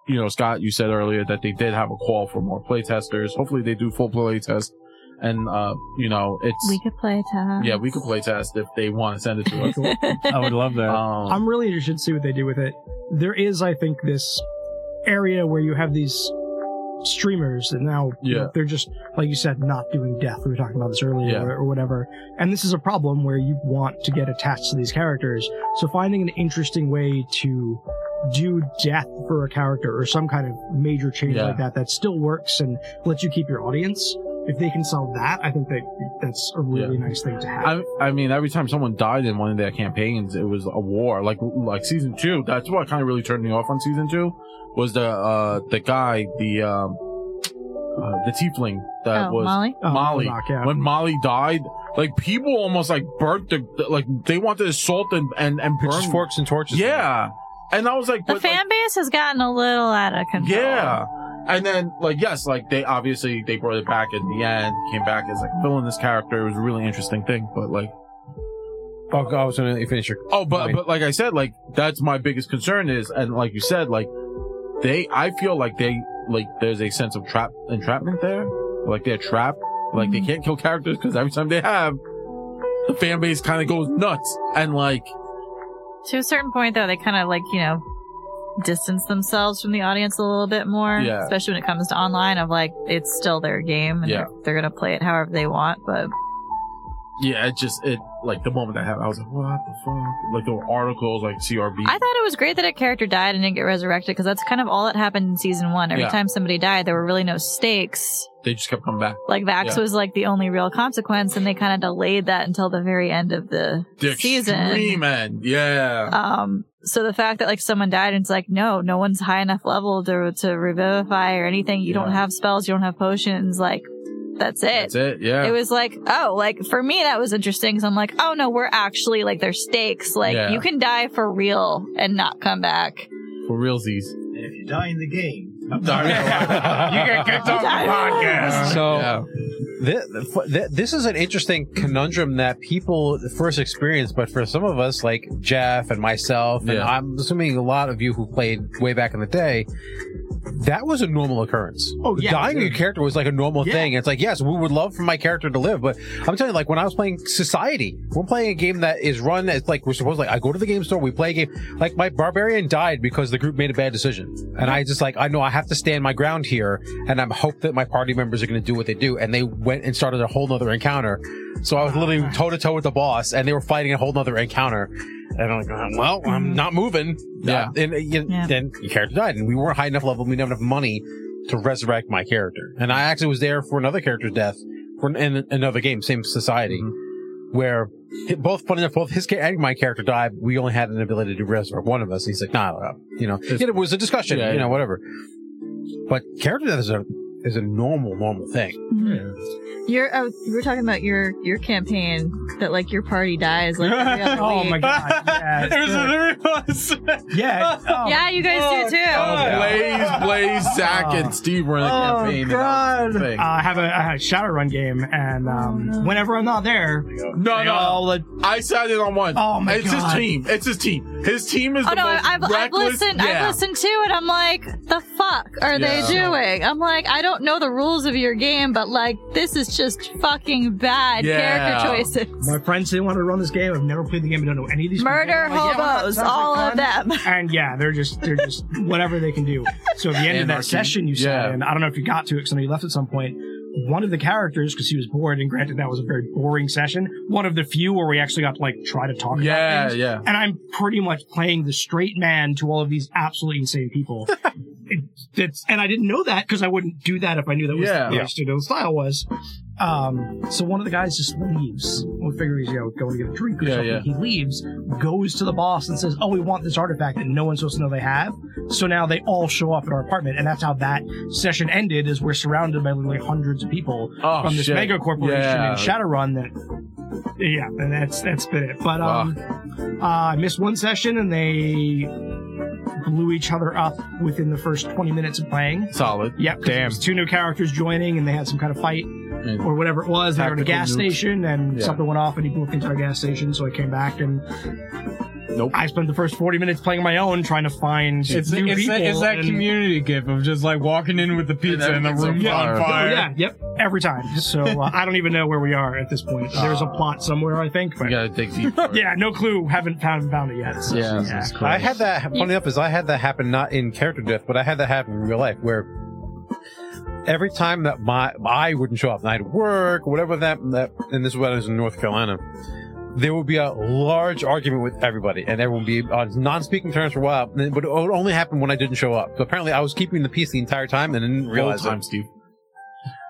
You know, Scott, you said earlier that they did have a call for more playtesters. Hopefully they do full playtest, and uh, you know, it's
we could play a
yeah, we could playtest if they want to send it to
[LAUGHS]
us.
I would love that.
Um,
I'm really interested to see what they do with it. There is, I think, this area where you have these streamers that now you know,
Yeah.
they're just like you said not doing death we were talking about this earlier
Yeah.
or, or whatever and this is a problem where you want to get attached to these characters so finding an interesting way to do death for a character or some kind of major change
Yeah.
like that that still works and lets you keep your audience if they can sell that i think that that's a really nice thing to have
I, I mean, every time someone died in one of their campaigns, it was a war. Like like season two, that's what kind of really turned me off on season two was the uh the guy the um uh, the tiefling that
oh,
was
Molly?
Oh,
Molly.
Rock, yeah.
when Molly died. Like people almost like burnt the like they wanted to assault and and and burn.
Pitchforks and torches.
yeah, and I was like,
The
but, like,
fan base has gotten a little out of control.
yeah. And then, like, yes, like they obviously they brought it back at the end, came back as like filling this character. It was a really interesting thing, but like,
Oh, go- I was going to
[LAUGHS]
finish your.
oh, but
I mean-
but like I said, like that's my biggest concern is, and like you said, like they, I feel like they like there's a sense of trap entrapment there, like they're trapped, like
Mm-hmm.
they can't kill characters because every time they have, the fan base kind of goes nuts, and like
To a certain point, though, they kind of like you know distance themselves from the audience a little bit more,
Yeah.
especially when it comes to online. Of like, it's still their game, and
Yeah.
they're, they're gonna play it however they want. But
Yeah, it just it like the moment that happened, I was like, what the fuck? Like there were articles like CRB.
I thought it was great that a character died and didn't get resurrected because that's kind of all that happened in season one. Every
Yeah.
time somebody died, there were really no stakes.
they just kept coming back.
Like Vax
Yeah.
was like the only real consequence, and they kind of delayed that until the very end of the,
The
season.
extreme end, yeah.
Um, so the fact that like someone died and it's like, no, no one's high enough level to, to revivify or anything. You don't
Yeah.
have spells. You don't have potions. Like, that's it.
That's it. Yeah.
It was like, oh, like for me, that was interesting. Cause I'm like, oh no, we're actually like, there's stakes. Like
Yeah.
you can die for real and not come back.
For realsies.
And if you die in the game,
[LAUGHS]
I'm
Sorry.
get kicked off the
Oh, [LAUGHS]
podcast.
So
Yeah.
thi- thi- this is an interesting conundrum that people first experience, but for some of us, like Jeff and myself, and
Yeah.
I'm assuming a lot of you who played way back in the day, that was a normal occurrence.
Oh, yeah.
dying of your
Dude.
character was like a normal
Yeah.
thing. It's like, yes, we would love for my character to live, but I'm telling you, like when I was playing Society, we're playing a game that is run as like we're supposed like I go to the game store, we play a game. Like my barbarian died because the group made a bad decision, and I just like I know I have to stand my ground here, and I'm hope that my party members are going to do what they do, and they went and started a whole nother encounter. So I was
Ah.
literally toe to toe with the boss, and they were fighting a whole nother encounter. And I'm like, well, I'm
Mm-hmm.
not moving.
Yeah.
And uh, you,
Yeah.
then your character died, and we weren't high enough level. We didn't have enough money to resurrect my character. And I actually was there for another character's death for an, in another game, same society,
Mm-hmm.
where hi- both funny enough, both his ca- and my character died. We only had an ability to resurrect one of us. He's like, nah, nah, nah," you know,
It's-
it was a discussion,
Yeah,
you know,
yeah.
whatever. But character death is a is a normal, normal thing.
You're, uh, you were talking about your, your campaign that like your party dies. Like, every other
[LAUGHS] Oh
week.
my
[LAUGHS]
god. Yeah.
There's
dude.
a new
yeah. oh,
Yeah, you guys
Oh,
do too.
God.
Blaze, Blaze, Zach, and Steve were in the
Oh,
campaign. and that was the thing.
Uh, I have a I have a Shadowrun game,
Oh,
and um, whenever I'm not there,
no,
they
no,
all let-
I sat in on one.
Oh, my
it's his
God.
team. It's his team. His team is
Oh
the
no, I-
most
I've, I've
reckless.
listened. I've
yeah.
listened to it. I'm like, the fuck
Yeah.
are they doing? I'm like, I don't know the rules of your game, but like, this is just fucking bad
Yeah.
character choices.
my friends they want to run this game. I've never played the game. I don't know any of these.
Murder
people. I'm like, [LAUGHS] yeah, well, that
hobos,
sounds like
all of
fun.
them.
And yeah, they're just they're just [LAUGHS] whatever they can do. So at the end of
Anarchy.
that session, you
Yeah.
said, and I don't know if you got to it because I know you left at some point. One of the characters, because he was bored, and granted that was a very boring session. One of the few where we actually got to like try to talk. about
Yeah,
things.
yeah.
and I'm pretty much playing the straight man to all of these absolutely insane
[LAUGHS]
people. It- it's, and I didn't know that because I wouldn't do that if I knew that was
Yeah.
the way Studio style was. Um, so one of the guys just leaves. We figure he's you know going to get a drink or
Yeah,
something.
yeah.
He leaves, goes to the boss and says, "Oh, we want this artifact that no one's supposed to know they have." So now they all show up at our apartment, and that's how that session ended. Is we're surrounded by literally hundreds of people
Oh,
from this
shit.
mega corporation
Yeah.
in Shadowrun that yeah, and that's that's been it. But
Wow.
um uh, I missed one session and they blew each other up within the first 20 minutes of playing.
Solid.
Yep, 'cause there
Damn.
was two new characters joining and they had some kind of fight
And-
or whatever it was. They were at a
Tactical
gas
nukes.
station and
Yeah.
something went off and he blew up into our gas station. So I came back and
Nope.
I spent the first 40 minutes playing my own trying to find
It's,
new
it's,
people.
that, it's that
and-
community gift of just like walking in with the pizza and,
everything's
the
on fire.
room's on
Oh,
fire.
yeah, yep, every time. So uh, I don't even know where we are at this
[LAUGHS]
point. There's a plot somewhere, I think, but
You gotta dig deep.
[LAUGHS] Yeah, no clue. Haven't found found it yet. So.
Yeah.
Jesus
I had that. Funny enough, is I had that happen not in character death, but I had that happen in real life where every time that my I wouldn't show up, and I had work, whatever that that, and this is when I was in North Carolina. There would be a large argument with everybody, and everyone would be on non-speaking terms for a while. and it- But it would only happen when I didn't show up. So apparently, I was keeping the peace the entire time and didn't
Real
realize it.
time, Steve.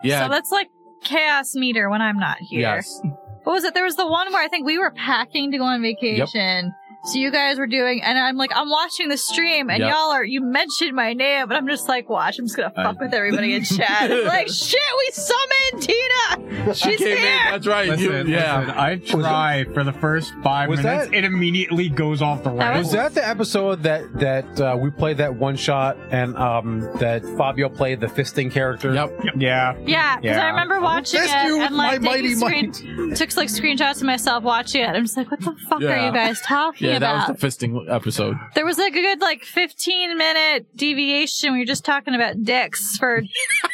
Yeah.
So that's like chaos meter when I'm not here.
yes.
What was it? There was the one where I think we were packing to go on vacation. So you guys were doing, and I'm like, I'm watching the stream, and
Yep.
y'all are, you mentioned my
[LAUGHS]
name, but I'm just like, watch, I'm just gonna fuck with everybody in chat. It's like, shit, we summoned Tina!
she [LAUGHS]
She's
came
here.
in. That's right.
Listen,
you- yeah.
listen, I try for the first five
Was
minutes.
that-
It immediately goes off the
That
rails.
Was that the episode that that uh, we played that one shot and um, that Fabio played the fisting character?
Yep.
yeah.
Yeah, because
Yeah.
I remember watching it
Fist you with
and
my
like
mighty
taking screen, took like screenshots of myself watching it. I'm just like, what the fuck
Yeah.
are you guys talking
Yeah,
about?
that was the fisting episode.
there was like a good like 15 minute deviation. We were just talking about dicks for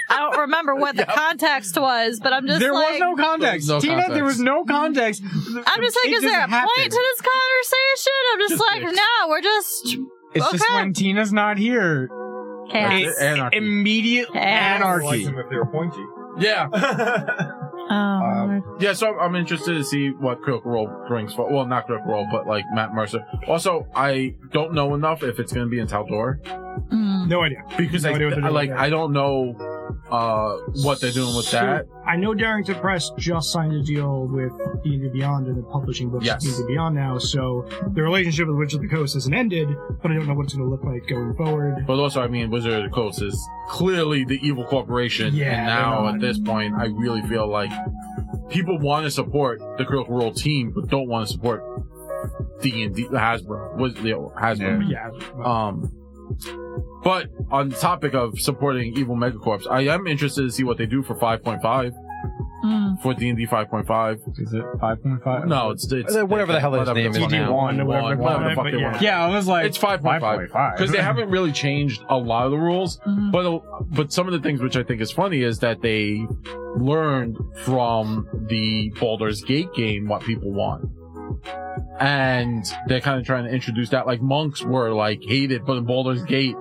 I don't remember what
[LAUGHS]
the context was, but I'm just
There was
like.
no context.
There was no
Tina, there
context.
was no context.
I'm just like,
It
is there a
happened.
point to this conversation? I'm just,
Just
like,
dicks.
no, we're just
It's just
Okay.
when Tina's not here,
chaos.
it's immediate anarchy.
Like them if they were pointy.
Yeah.
Oh,
Um,
Lord.
Yeah, so I'm interested to see what Crook Roll brings for. Well, not Crook Roll, but like Matt Mercer. Also, I don't know enough if it's going to be in Taldor
Mm.
No idea.
because
No
I,
idea what they're
I-
doing
like
there.
I don't know uh what they're doing with
So,
that.
I know Darrington Press just signed a deal with D&D Beyond and the publishing books
Yes.
of D&D Beyond now, so the relationship with Witch of the Coast isn't ended, but I don't know what it's going to look like going forward.
But also, I mean, Wizard of the Coast is clearly the evil corporation,
Yeah,
and
they're
now
not-
at this point, I really feel like people want to support the Crook Roll team, but don't want to support D and D Hasbro. Was you know, Hasbro?
But yeah, well,
Um, but on the topic of supporting Evil Megacorps, I am interested to see what they do for 5.5
Mm.
for D and D 5.5.
Is it 5.5?
No, it's, it's
Uh, whatever the hell his name is
it's-
now.
one,
Or whatever
one,
they
whatever
call
the
it,
fuck
but
they
yeah.
want.
Yeah, I was like,
It's 5.5 because they haven't really changed a lot of the rules.
Mhm.
But uh, but some of the things which I think is funny is that they learned from the Baldur's Gate game what people want. And they're kind of trying to introduce that. Like monks were like hated, but in Baldur's Gate,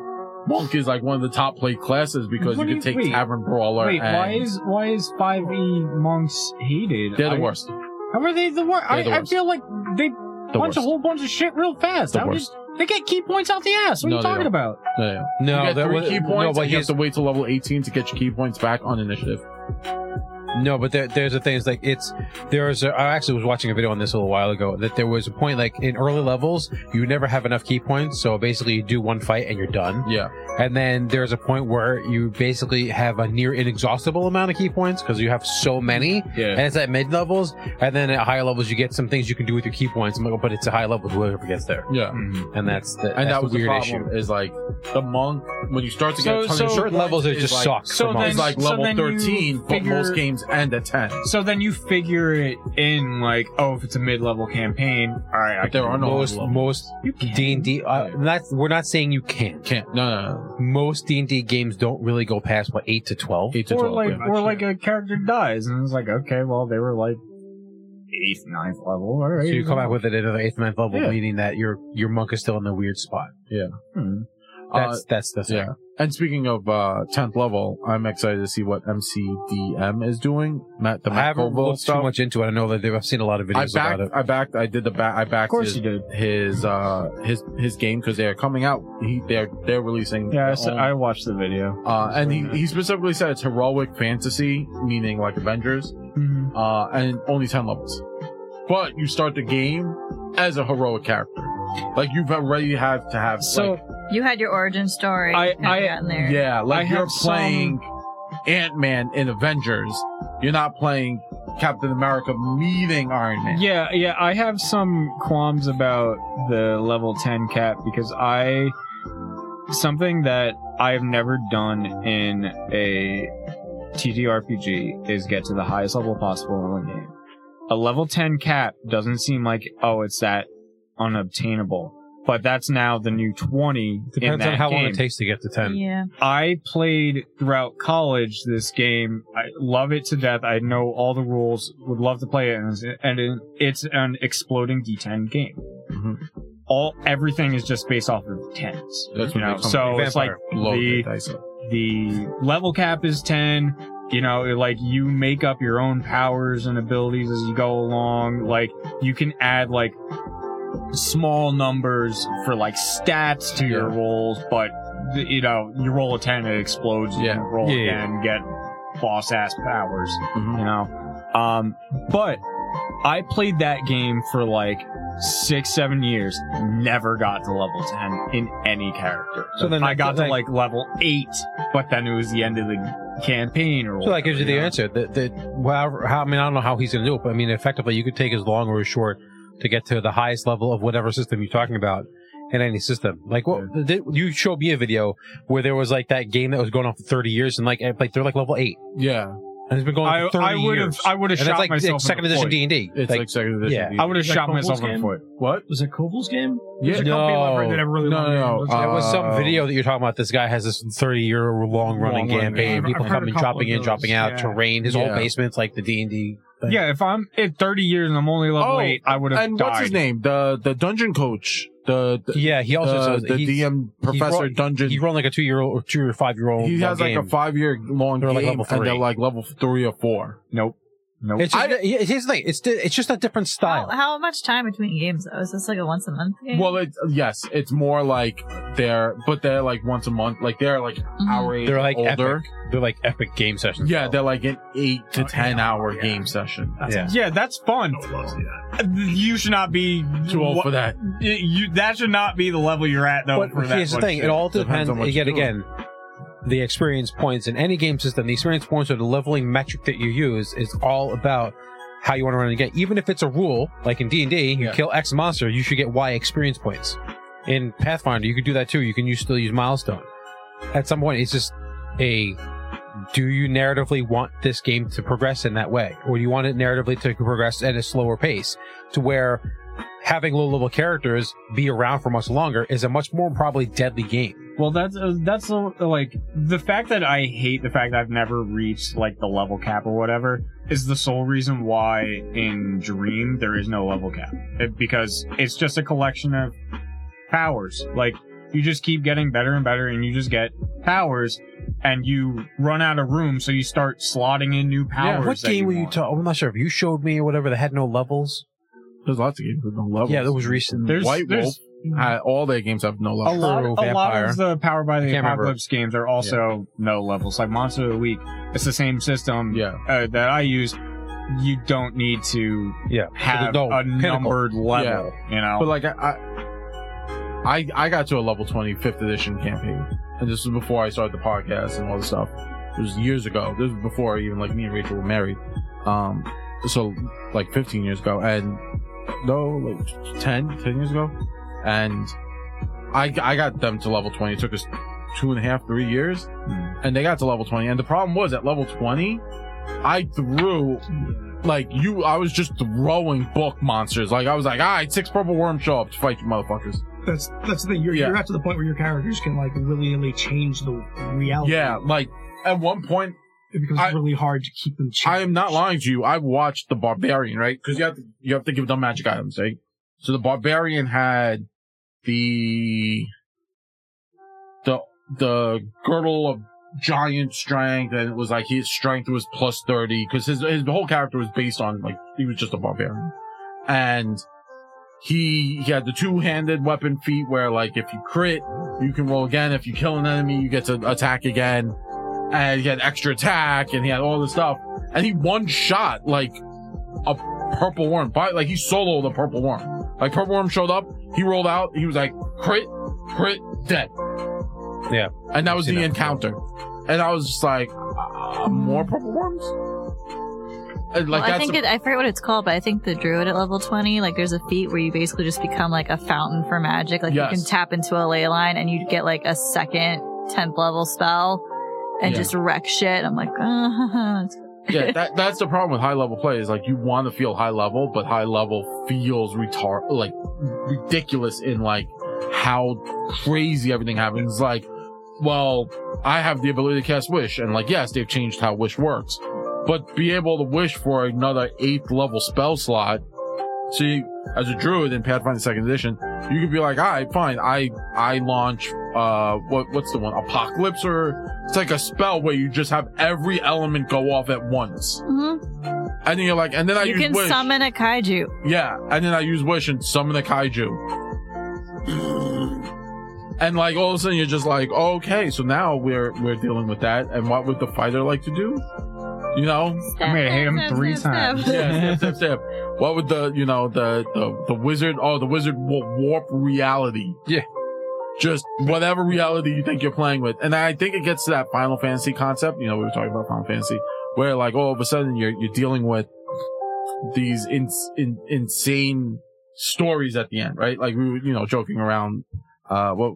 monk is like one of the top played classes because
What
you
do
can
you-
take
wait,
tavern brawler.
Wait,
and
why is why is 5e monks hated?
they're the
I-
worst?
How are they the worst?
They're
I,
the
I
worst.
feel like they
The
punch
worst.
a whole bunch of shit real fast.
The
How did-
worst.
they get key points out the ass. What
No,
are you
they
talking
don't.
about?
Yeah, yeah.
No,
you get
that
three
was-
key
no,
points.
but
and you have
he's
to wait till level 18 to get your key points back on initiative.
No, but there, there's a thing. It's like it's there's. A, I actually was watching a video on this a little while ago that there was a point like in early levels you never have enough key points, so basically you do one fight and you're done.
Yeah,
And then there's a point where you basically have a near inexhaustible amount of key points because you have so many. And
yeah.
it's at mid levels, and then at higher levels you get some things you can do with your key points. I'm like, oh, but it's a high level whoever gets there,
Yeah,
Mm-hmm.
and that's the
and
that's
that was
the
the
weird
problem.
issue.
Is like the monk when you start to get
So-
a ton
so-
of
Certain levels it just
sucks.
sucks.
so then-
for monks.
It's like
so
level
then you
13, but
figure-
most games end at 10.
So then you figure it in like, oh, if it's a mid-level campaign, all right, I
But there are no
most
levels.
most
You can.
D and D. We're not saying you can't.
Can't. No, no, no.
most D and D games don't really go past what eight to twelve.
8 to
or
12.
like,
yeah.
or like a character dies, and it's like, okay, well, they were like eighth, ninth level. All
So
right,
you come out with it at another eighth, ninth level,
Yeah.
meaning that your your monk is still in the weird spot.
Hmm.
That's
Uh,
that's the thing.
yeah. And speaking of uh, 10th level, I'm excited to see what MCDM is doing. Matt, the
I
Matt
haven't
Colville
looked too
stuff.
much into it. I know that they've, I've seen a lot of
I
videos about it.
backed, I backed, I did the back, I
Of
backed
course you
his,
did.
his, uh, his, his game because they're coming out. He, they're, they're releasing.
Yeah, I,
their
s-
own-
I watched the video.
uh, and he, he specifically said it's heroic fantasy, meaning like Avengers, uh, and only 10 levels. But you start the game as a heroic character. Like you've already have to have, like,
So
You had your origin story.
I-
Kinda
I-
gotten there.
Yeah, like
I
you're
have some-
playing Ant Man in Avengers. You're not playing Captain America meeting Iron Man.
Yeah, yeah, I have some qualms about the level 10 cap because I something that I've never done in a TTRPG is get to the highest level possible in a game. A level 10 cap doesn't seem like oh, it's that unobtainable. But that's now the new 20 in
Depends
that
on how long
game.
it takes to get to ten.
Yeah.
I played throughout college this game. I love it to death. I know all the rules. Would love to play it, and it's- and it- it's an exploding D10 game.
Mhm.
All everything is just based off of tens.
That's
You
what
know,
makes them
so
like
it's like
low
the
dice up.
the level cap is 10 you know it- like you make up your own powers and abilities as you go along like you can add like small numbers for like stats to your
Yeah.
rolls but th- you know you roll a 10 it explodes you
Yeah.
roll
Yeah, yeah. Mm-hmm.
again get boss ass powers
Mhm.
you know um but i played that game for like six seven years never got to level 10 in any character
So then
i
that's
got to
like-
like level 8 but then it was the end of the campaign or
So that gives you the
whatever,
answer. That that however, how, I mean, I don't know how he's going to do it, but I mean, effectively, you could take as long or as short to get to the highest level of whatever system you're talking about in any system. Like, what did, you showed me a video where there was like that game that was going on for 30 years, and like, like they're like level eight,
Yeah,
and it's been going
I,
on for 30
I would have
years.
I would have
and that's
shot
like
myself. in the
second edition
foot.
D and D.
it's like, second
yeah.
edition.
I would have
Like
shot
Bumble's
myself in
game?
the foot.
what?
Was it Koval's game?
Yeah.
There's a company
No.
over there that really
No, no,
wanted to-
no.
let's-
Uh,
There was some video that you're talking about. This guy has this 30 year long running
Long-running
campaign.
game.
People
I've heard a
coming,
couple
dropping
of
in,
those,
dropping out.
yeah.
Terrain. His whole
Yeah.
basement's like the D and D.
Yeah, if I'm at 30 years and I'm only level
Oh,
eight, I would have
And
died.
what's his name? The the dungeon coach. The, the
Yeah. He also
uh,
says
the
he's-
DM professor
wrote-
dungeon.
He run like a two year old or two or five year old.
He has like a five year long
They're
game,
like level
and they're
three.
like level three or four.
Nope. Nope.
It's just,
I-
yeah, here's the thing. It's di- it's just a different
How,
style.
how much time between games though? Is this like a once a month game?
Well, it's yes, it's more like they're, but they're like once a month. Like they're like
Mhm.
our age,
They're like
older.
epic. They're like epic game sessions.
Yeah,
though.
they're like an eight to
Oh,
ten
yeah.
hour
Yeah.
game session.
yeah.
yeah, that's fun. You should not be
Too old
wha-
for that.
You that should not be the level you're at though.
But
for that
here's the
much
thing.
shit.
It all
Depends
depends.
on what
Again,
you're
again, the experience points in any game system. The experience points or the leveling metric that you use is all about how you want to run the game. Even if it's a rule, like in D and D, you
Yeah.
kill X monster, you should get Y experience points. In Pathfinder, you can do that too. You can use, still use milestone. At some point, it's just a do you narratively want this game to progress in that way? Or do you want it narratively to progress at a slower pace to where having low level characters be around for much longer is a much more probably deadly game.
Well, that's uh, that's uh, like the fact that I hate the fact that I've never reached like the level cap or whatever is the sole reason why in Dream there is no level cap It- because it's just a collection of powers. Like you just keep getting better and better, and you just get powers, and you run out of room, so you start slotting in new powers.
what
that
game were you
want.
talking? I'm not sure if you showed me or whatever that had no levels.
There's lots of games with no levels.
Yeah, that was recent.
There's,
White
there's
Wolf. uh, all their games have no
a
levels.
lot, a
True,
lot
Vampire.
of the Power by the
can't remember.
Apocalypse games are also no levels. Like Monster of the Week, it's the same system.
Yeah,
uh, that I use, you don't need to
Yeah,
have
no,
a
pinnacle.
numbered level. You know,
but like I, I, I I got to a level 20 fifth edition campaign, and this was before I started the podcast and all this stuff. It was years ago. This was before even like me and Rachel were married. Um, so like 15 years ago, and no, like 10, 10 years ago, and I I got them to level 20. It took us two and a half, three years, and they got to level 20. And the problem was at level 20, I threw like you. I was just throwing book monsters. Like I was like, all right, six purple worm show up to fight you motherfuckers.
That's that's the thing. You're,
Yeah.
you're at to the point where your characters can like willy nilly change the reality.
Yeah, like at one point,
it becomes
I-
really hard to keep them. Changed.
I am not lying to you. I watched the barbarian right because you have to you have to give them magic items, right? So the barbarian had the the the girdle of giant strength, and it was like his strength was plus thirty because his his whole character was based on like he was just a barbarian, and he he had the two handed weapon feat where like if you crit, you can roll again. If you kill an enemy, you get to attack again, and he had extra attack, and he had all this stuff, and he one shot like a purple worm. By like he soloed a purple worm. Like purple worm showed up, he rolled out, he was like crit, crit, dead.
Yeah.
and that
I've
was
seen
the
that
encounter, and I was just like, uh, more purple worms. And, like
well,
that's
I think
a-
it, I forget what it's called, but I think the druid at level 20, like there's a feat where you basically just become like a fountain for magic. Like you
Yes.
can tap into a ley line and you get like a second 10th level spell and
Yeah.
just wreck shit. I'm like, [LAUGHS] uh,
yeah, that, that's the problem with high level play is like you want to feel high level, but high level feels retard like ridiculous in like how crazy everything happens. It's Like, well, I have the ability to cast wish, and like yes, they've changed how wish works, but be able to wish for another eighth level spell slot. See, as a druid in Pathfinder Second Edition, you could be like, all right, fine, I I launch uh what what's the one apocalypse or it's like a spell where you just have every element go off at once.
mhm.
And then you're like, and then I
you
use
can
wish.
summon a kaiju.
yeah, and then I use wish and summon a kaiju. and like all of a sudden you're just like, okay, so now we're we're dealing with that. And what would the fighter like to do? You know?
I'm gonna hit him three times.
Yeah, step, step, step. What would the you know the the, the wizard? Oh, the wizard will warp reality.
Yeah.
just whatever reality you think you're playing with. And I think it gets to that Final Fantasy concept. You know, we were talking about Final Fantasy, where like all of a sudden you're you're dealing with these ins in, insane stories at the end, right? Like we were, you know, joking around uh what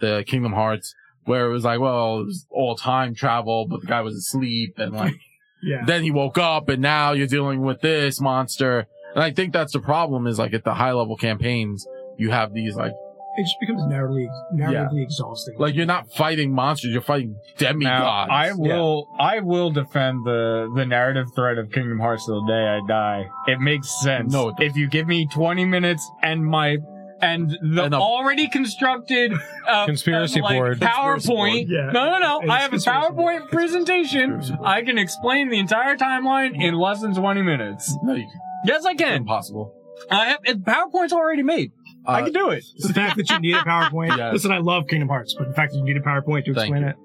the Kingdom Hearts, where it was like, well, it was all time travel, but the guy was asleep, and like
Yeah.
then he woke up, and now you're dealing with this monster. And I think that's the problem is like at the high level campaigns, you have these like
It just becomes narrowly, narrowly exhausting.
Like you're not fighting monsters, you're fighting
Now,
demigods.
I will I will defend the the narrative thread of Kingdom Hearts till the day I die. It makes sense.
No, it doesn't.
if you give me 20 minutes and my and the
And a-
already constructed uh,
Conspiracy
uh, like,
board.
PowerPoint.
Conspiracy board.
Yeah.
No, no, no.
It's
I have a
conspiracy board.
PowerPoint presentation. I can explain the entire timeline in less than 20 minutes.
No, you can't.
Yes, I
It's
can.
impossible.
I have it- PowerPoint's already made. I
Uh,
can do it.
It's the fact that you
[LAUGHS]
need a PowerPoint.
Yeah.
Listen, I love Kingdom Hearts, but the fact that you need a PowerPoint to
Thank
explain
you.
it.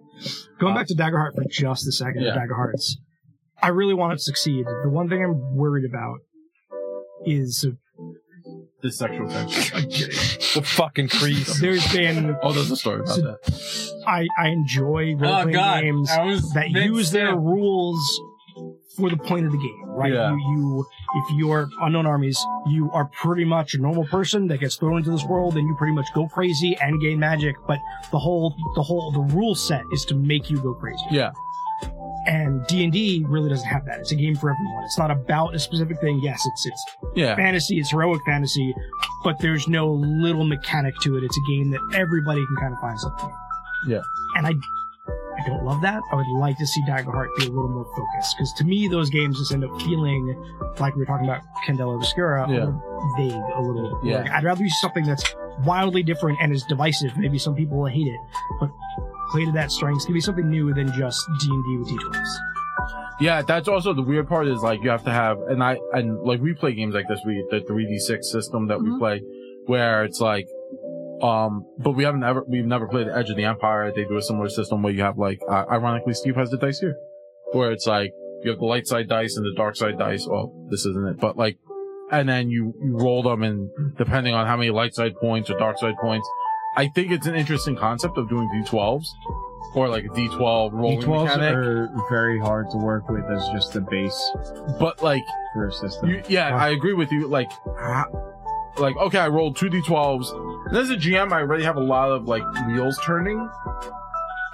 Going
Uh,
back to Daggerheart for just a second,
Yeah.
Daggerhearts. I really want it to succeed. The one thing I'm worried about
[LAUGHS]
is
this sexual
[LAUGHS]
tension.
The fucking crease.
there's been
Oh, there's a story about that.
I I enjoy role
Oh
playing
god.
games
I was
that
mid-step.
use their rules for the point of the game, right?
Yeah.
You, you, if you're unknown armies, you are pretty much a normal person that gets thrown into this world, and you pretty much go crazy and gain magic. But the whole, the whole, the rule set is to make you go crazy.
Yeah.
And D and D really doesn't have that. It's a game for everyone. It's not about a specific thing. Yes, it's it's
Yeah.
fantasy, it's heroic fantasy, but there's no little mechanic to it. It's a game that everybody can kind of find something. in.
Yeah.
And I, I don't love that. I would like to see Dagger Heart be a little more focused because to me, those games just end up feeling like we were talking about Candela Obscura, a
Yeah.
little vague, a little.
Yeah.
Like, I'd rather use something that's wildly different and is divisive. Maybe some people will hate it, but play to that strengths. Give me something new than just D and D with d12s.
Yeah, that's also the weird part is like you have to have and I and like we play games like this, we the three D six system that we
Mhm.
play where it's like um but we haven't ever we've never played Edge of the Empire. They do a similar system where you have like uh, ironically Steve has the dice here. Where it's like you have the light side dice and the dark side dice. Well, this isn't it, but like and then you, you roll them and depending on how many light side points or dark side points. I think it's an interesting concept of doing D twelves or like a D twelve rolling
D12s
mechanic.
are very hard to work with as just the base
but like
for a system.
You, yeah, I agree with you. Like, ah, like okay, I rolled two d12s. And as a GM, I already have a lot of like wheels turning,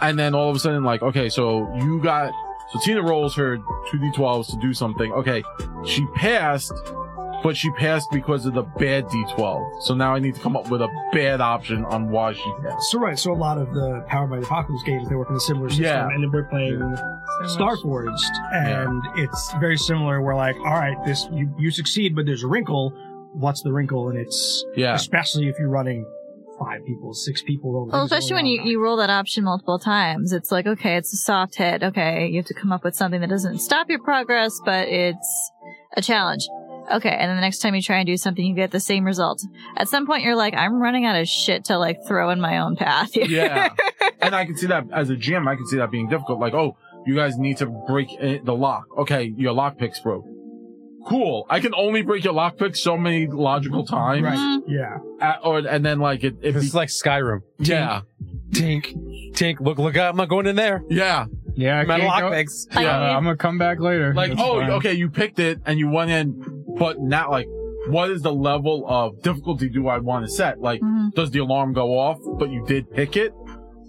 and then all of a sudden, like, okay, so you got so Tina rolls her two d12s to do something. Okay, she passed, but she passed because of the bad d12. So now I need to come up with a bad option on why she passed.
So right, so a lot of the Powered by the Apocalypse games they work in a similar system,
Yeah.
and then we're playing Starforged, and it's very similar. We're like, all right, this you, you succeed, but there's a wrinkle. What's the wrinkle? And it's
Yeah,
especially if you're running five people, six people. don't
Well,
there's
especially when
only
you,
one.
you roll that option multiple times, it's like, okay, it's a soft hit. Okay, you have to come up with something that doesn't stop your progress, but it's a challenge. Okay, and then the next time you try and do something, you get the same result. At some point, you're like, I'm running out of shit to like throw in my own path. [LAUGHS] here."
[LAUGHS]
yeah. and I can see that as a GM, I can see that being difficult. Like, oh, you guys need to break i- the lock. Okay, your lock picks broke. Cool. I can only break your lock pick so many logical times.
Right.
Mhm.
yeah,
Uh, or and then like it, it
This
be-
is like Skyrim.
yeah,
Tink, tink. Look, look out! I'm not going in there.
yeah,
yeah, I
My
can't go-
lockpicks.
Like,
Uh, I'm gonna come back later.
Like,
That's
oh,
fine.
okay, you picked it and you went in, but not like, what is the level of difficulty do I want to set? Like,
Mhm.
does the alarm go off, but you did pick it?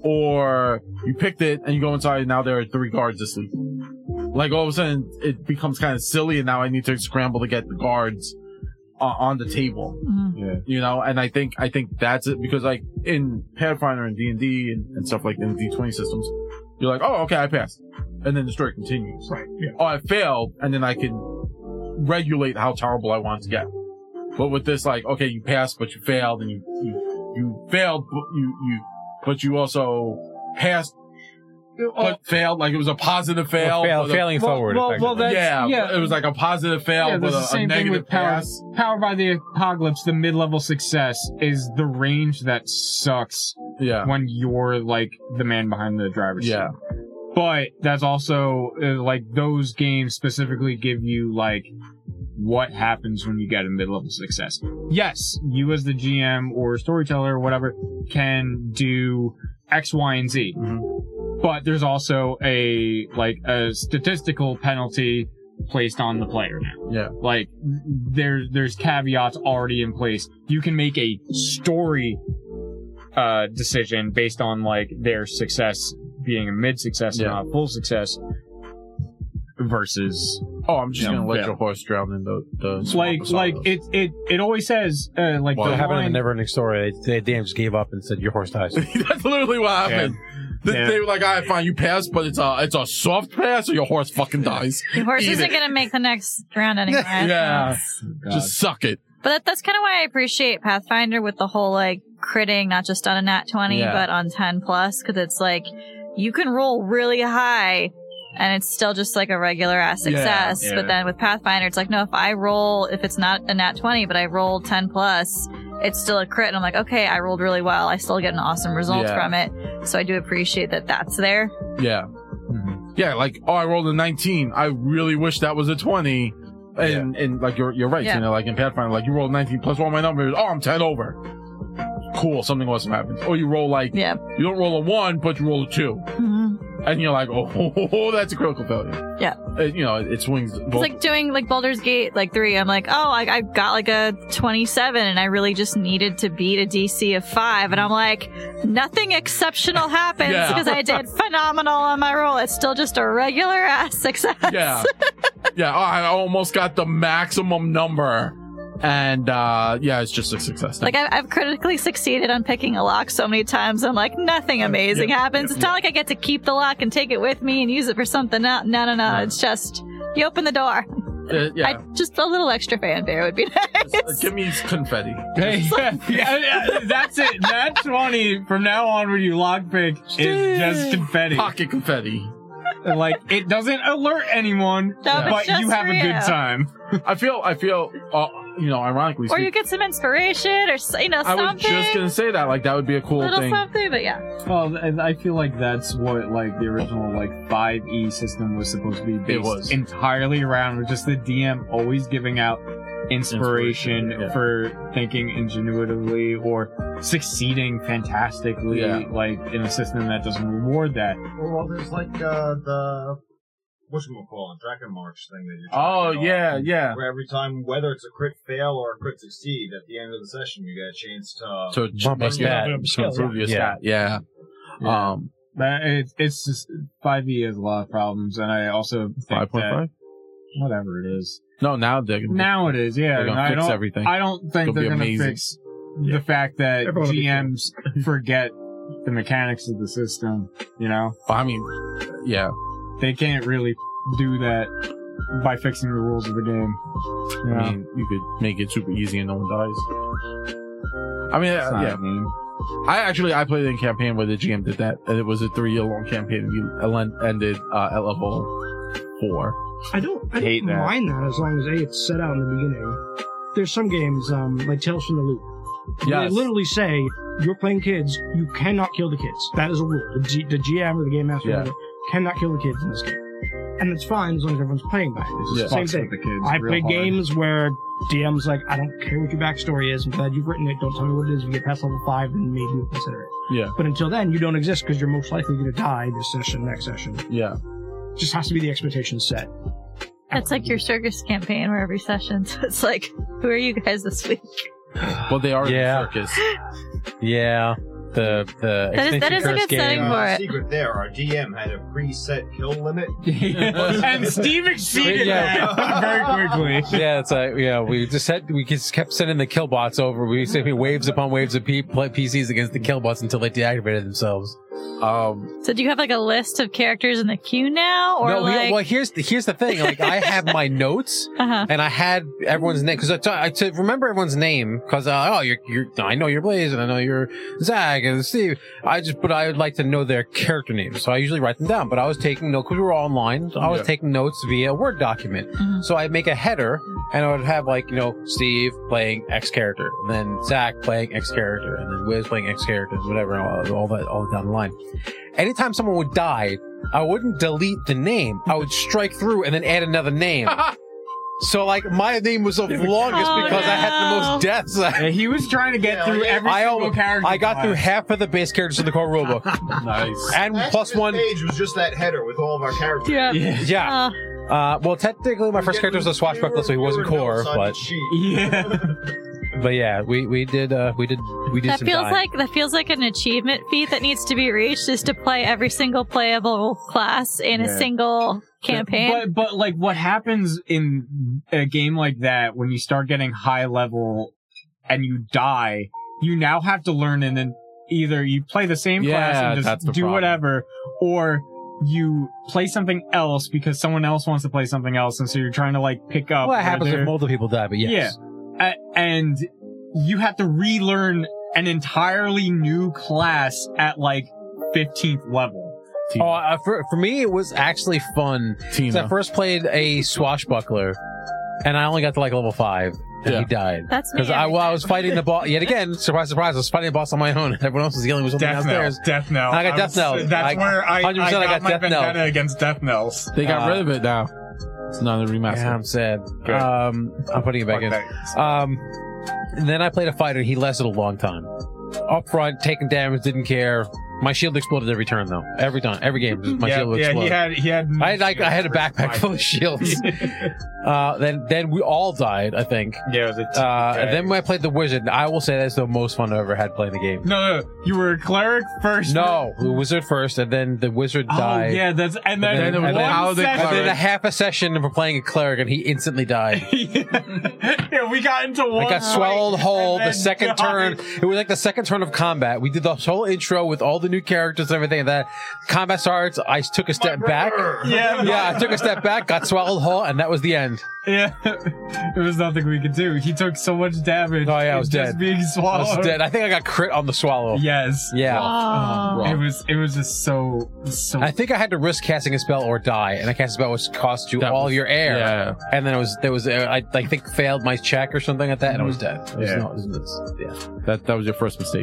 Or you picked it and you go inside and now there are three guards asleep. Like all of a sudden it becomes kind of silly and now I need to scramble to get the guards uh, on the table,
Mhm.
you know? And I think, I think that's it because like in Pathfinder and D&D and, and stuff like in D20 systems, you're like, oh, okay, I passed. And then the story continues
right, yeah.
oh, I failed, and then I can regulate how terrible I want it to get. But with this, like, okay, you passed, but you failed, and you you, you failed, but you you but you also passed,
Oh.
but failed. Like it was a positive fail.
Well, fail-
but a-
failing
Well,
forward.
well, well,
effectively.
that's-
yeah,
yeah.
it was like a positive fail,
Yeah,
but
that's
a,
the
a
same thing
negative
with power.
pass.
Power by the Apocalypse, the mid level success is the range that sucks
Yeah,
when you're like the man behind the driver's
yeah,
seat. But that's also uh, like those games specifically give you like what happens when you get a mid-level success. Yes, you as the GM or storyteller or whatever can do X, Y, and Z.
Mm-hmm.
But there's also a like a statistical penalty placed on the player now.
Yeah.
Like there there's caveats already in place. You can make a story uh decision based on like their success being a mid success
Yeah.
not a full success versus
Oh, I'm just
Yeah.
gonna let
Yeah.
your horse drown in the the. swamp
like
of
like
sorrows.
it it it always says uh, like
Well, it
the
What happened in
line,
the Never Ending Story? They, they damn just gave up and said, "Your horse
[LAUGHS]
[LAUGHS]
dies."
That's literally what happened. They,
Yeah.
they were like, "I fine, you pass, but it's a it's a soft pass, or your horse fucking dies.
Your horse
Eat
isn't
it.
going to make the next
[LAUGHS]
round anyway.
Yeah. Just suck it."
But that, that's kind of why I appreciate Pathfinder with the whole like critting, not just on a nat 20,
Yeah.
but on 10 plus, because it's like you can roll really high and it's still just like a regular ass success.
yeah.
But then with Pathfinder, it's like, no, if I roll, if it's not a nat 20, but I roll 10 plus, it's still a crit. And I'm like, okay, I rolled really well. I still get an awesome result
Yeah.
from it. So I do appreciate that that's there.
Yeah, yeah. Like, oh, I rolled a 19. I really wish that was a 20. And and like you're you're right.
Yeah.
You know, like in Pathfinder, like you roll 19 plus all my numbers. Oh, I'm 10 over. Cool. Something awesome happens. Or you roll like
Yeah.
you don't roll a one, but you roll a two,
Mhm.
and you're like, [LAUGHS] oh, that's a critical failure.
Yeah.
It, you know, it, it swings.
It's
both-
like doing like Baldur's Gate like three. I'm like, oh, I, I got like a 27, and I really just needed to beat a DC of five, and I'm like,
[LAUGHS]
nothing exceptional happens
Yeah.
because I did phenomenal on my roll. It's still just a regular ass success.
[LAUGHS] yeah
[LAUGHS]
yeah oh, i almost got the maximum number and uh yeah it's just a success
Like I, I've critically succeeded on picking a lock so many times. I'm like, nothing amazing
yeah,
happens.
yeah,
it's not like I get to keep the lock and take it with me and use it for something. else. No, no, no. It's just you open the door.
Uh, yeah
I, just a little extra fanfare would be [LAUGHS]
Uh,
nice.
give me confetti
Hey, [LAUGHS] yeah, yeah, that's it. That's funny. From now on, when you lockpick, it's just confetti.
pocket confetti
Like it doesn't alert anyone,
No, it's
but you
just
have
for
a
you.
good time.
i feel i feel uh, you know ironically
or
speaking,
you get some inspiration or s- you know
i
something.
was just gonna say that like that would be a cool
little
thing
something, but yeah.
Well, I feel like that's what like the original like five E system was supposed to be based
was.
entirely around, with just the DM always giving out inspiration,
Inspiration, yeah.
for thinking ingenuitively or succeeding fantastically,
Yeah.
like in a system that doesn't reward that.
Well, there's like uh, the whatchamacallit, Dragon March thing that you're
oh
trying to get
yeah
off.
yeah
Where every time, whether it's a crit fail or a crit succeed, at the end of the session, you get a chance to. Uh,
to
Bump
make
us
your-
back.
to improve your
Yeah.
stat. yeah
Yeah.
um
That it's it's just five E has a lot of problems, and I also think
five point
that
five
whatever it is
no now they're gonna,
now it is yeah.
they're
and
gonna
I
fix
don't
everything
I don't think
It'll be
they're gonna
amazing.
fix the fact that
Everyone will be
GMs
[LAUGHS]
forget the mechanics of the system. You know,
i mean yeah
they can't really do that by fixing the rules of the game. You know?
I mean, you could make it super easy and no one dies. I mean,
It's
uh,
not
yeah.
mean.
I actually I played in a campaign where the GM did that, and it was a three year long campaign. You elen- ended uh, at level four.
I don't, I
Hate
don't
that.
mind that as long as a it's set out in the beginning. There's some games um, like Tales from the Loop.
Yes.
They literally say you're playing kids. You cannot kill the kids. That is a rule. The, G- the GM or the game master
Yeah.
whatever, cannot kill the kids in this game, and it's fine as long as everyone's playing by it. It's
Yeah.
the same
Fucks with
thing.
the kids
I
real
play
hard.
games where DM's like, I don't care what your backstory is. I'm glad you've written it. Don't tell me what it is. If you get past level five, then maybe we'll consider it.
Yeah.
But until then, you don't exist because you're most likely going to die this session, next session.
Yeah.
Just has to be the expectation set.
That's like your circus campaign where every session [LAUGHS] it's like, who are you guys this week?
Well, they are
Yeah.
in the circus.
yeah, the the
That is- that
Extinction
is a
Curse
good setting
game.
for-
uh,
it.
secret there, our DM had a preset kill limit.
[LAUGHS]
[LAUGHS] and
[LAUGHS]
Steve exceeded
Yeah.
that very quickly.
yeah, it's like yeah, we just had, we just kept sending the killbots over. We sent me waves upon waves of P- play PCs against the killbots until they deactivated themselves.
Um,
So do you have like a list of characters in the queue now, or
no, we-
like,
well, here's the, here's the thing. Like, I have my notes.
uh-huh.
And I had everyone's name because I t- I t- remember everyone's name because uh, oh you're, you're I know you're Blaze and I know you're Zag and Steve. I just but I would like to know their character names, so I usually write them down. But I was taking notes because we were all online. So I was
Yeah.
taking notes via a Word document,
Mhm.
so I'd make a header and I would have like you know Steve playing X character, and then Zach playing X character, and then Wiz playing X character, and whatever all, all that all down the line. Anytime someone
[LAUGHS]
would die, I wouldn't delete the name. I would strike through and then add another name. So like my name was the longest
Oh,
because I had the
no.
most deaths.
Yeah, he was trying to get
Yeah,
through
yeah.
every
I,
single
almost,
character.
I got through
class.
half of the base characters in the
[LAUGHS]
core rulebook,
nice.
and
Last
plus
year's
one.
page was just that header with all of our characters.
Yeah.
Yeah.
[LAUGHS] Yeah.
Uh,
Uh, well, technically, my first
Yeah,
character was a
we-
swashbuckler, so he
we were-
wasn't
we were
core.
notes on
But
the sheet.
[LAUGHS] Yeah.
but yeah, we we did uh, we did we did.
that
some
feels
dying.
like that feels like an achievement feat that needs to be reached is to play every single playable class in a
Yeah.
single campaign.
But but like what happens in a game like that when you start getting high level and you die, you now have to learn and then either you play the same class
Yeah,
and
that's
just
the
do
problem.
whatever, or you play something else because someone else wants to play something else, and so you're trying to like pick up.
Well,
where
it happens
they're-
if multiple people die, but yes.
a- and you have to relearn an entirely new class at like 15th level.
[LAUGHS] Oh, uh, for, for me, it was actually fun. 'Cause I
Tina.
first played a swashbuckler, and I only got to like level five, and
Yeah.
he died.
That's me.
Because I,
every
well, I
time.
was fighting the boss yet again. Surprise, surprise! I was fighting the boss on my own. Everyone else was dealing with something
Death
downstairs.
Knell. Death Knell.
I got
I'm
Death Knell.
s-
I-
That's where I, I
100%
got,
I got
my
Death Knell.
vendetta against Death Knells.
They got
Uh,
rid of it now. It's not a remaster.
Yeah, I'm sad.
Good.
Um, I'm putting it back
Fuck
in.
that.
Um, and then I played a fighter. He lasted a long time. Up front, taking damage, didn't care. My shield exploded every turn, though. Every time, every game, my
yeah,
shield would
yeah,
explode.
he had he had.
I had like I had a backpack full
[LAUGHS]
of shields. uh, then then we all died, I think.
yeah, it was a t-
Uh,
Okay.
and then when I played the wizard, I will say that's the most fun I've ever had playing the game.
no, no, you were a cleric first.
No, the wizard first, and then the wizard
Oh
died.
yeah, that's and then,
then-
in
and then
one
how they-
session-
And then a half a session of playing a cleric, and he instantly died.
[LAUGHS] yeah. we got into one.
I got
fight
swallowed whole
and
the
then
second
died.
turn. It was like the second turn of combat. We did the whole intro with all the new characters and everything. And that combat starts. I took a step back.
Yeah,
Yeah, I took a step back, got swallowed whole, and that was the end.
[LAUGHS] Yeah, there was nothing we could do. He took so much damage.
Oh, yeah, I was
just
dead.
Being
I
swallowed.
was dead. I think I got crit on the swallow.
Yes.
Yeah.
Uh,
Oh.
It was. It was just so so.
I think I had to risk casting a spell or die, and I cast a spell which cost you
That
all
was-
your air.
Yeah.
And then it was there was uh, I, I think failed my check or something like that, and I was
Mm-hmm.
dead. It was,
Yeah.
no, it was- it was- yeah.
That that was your first mistake.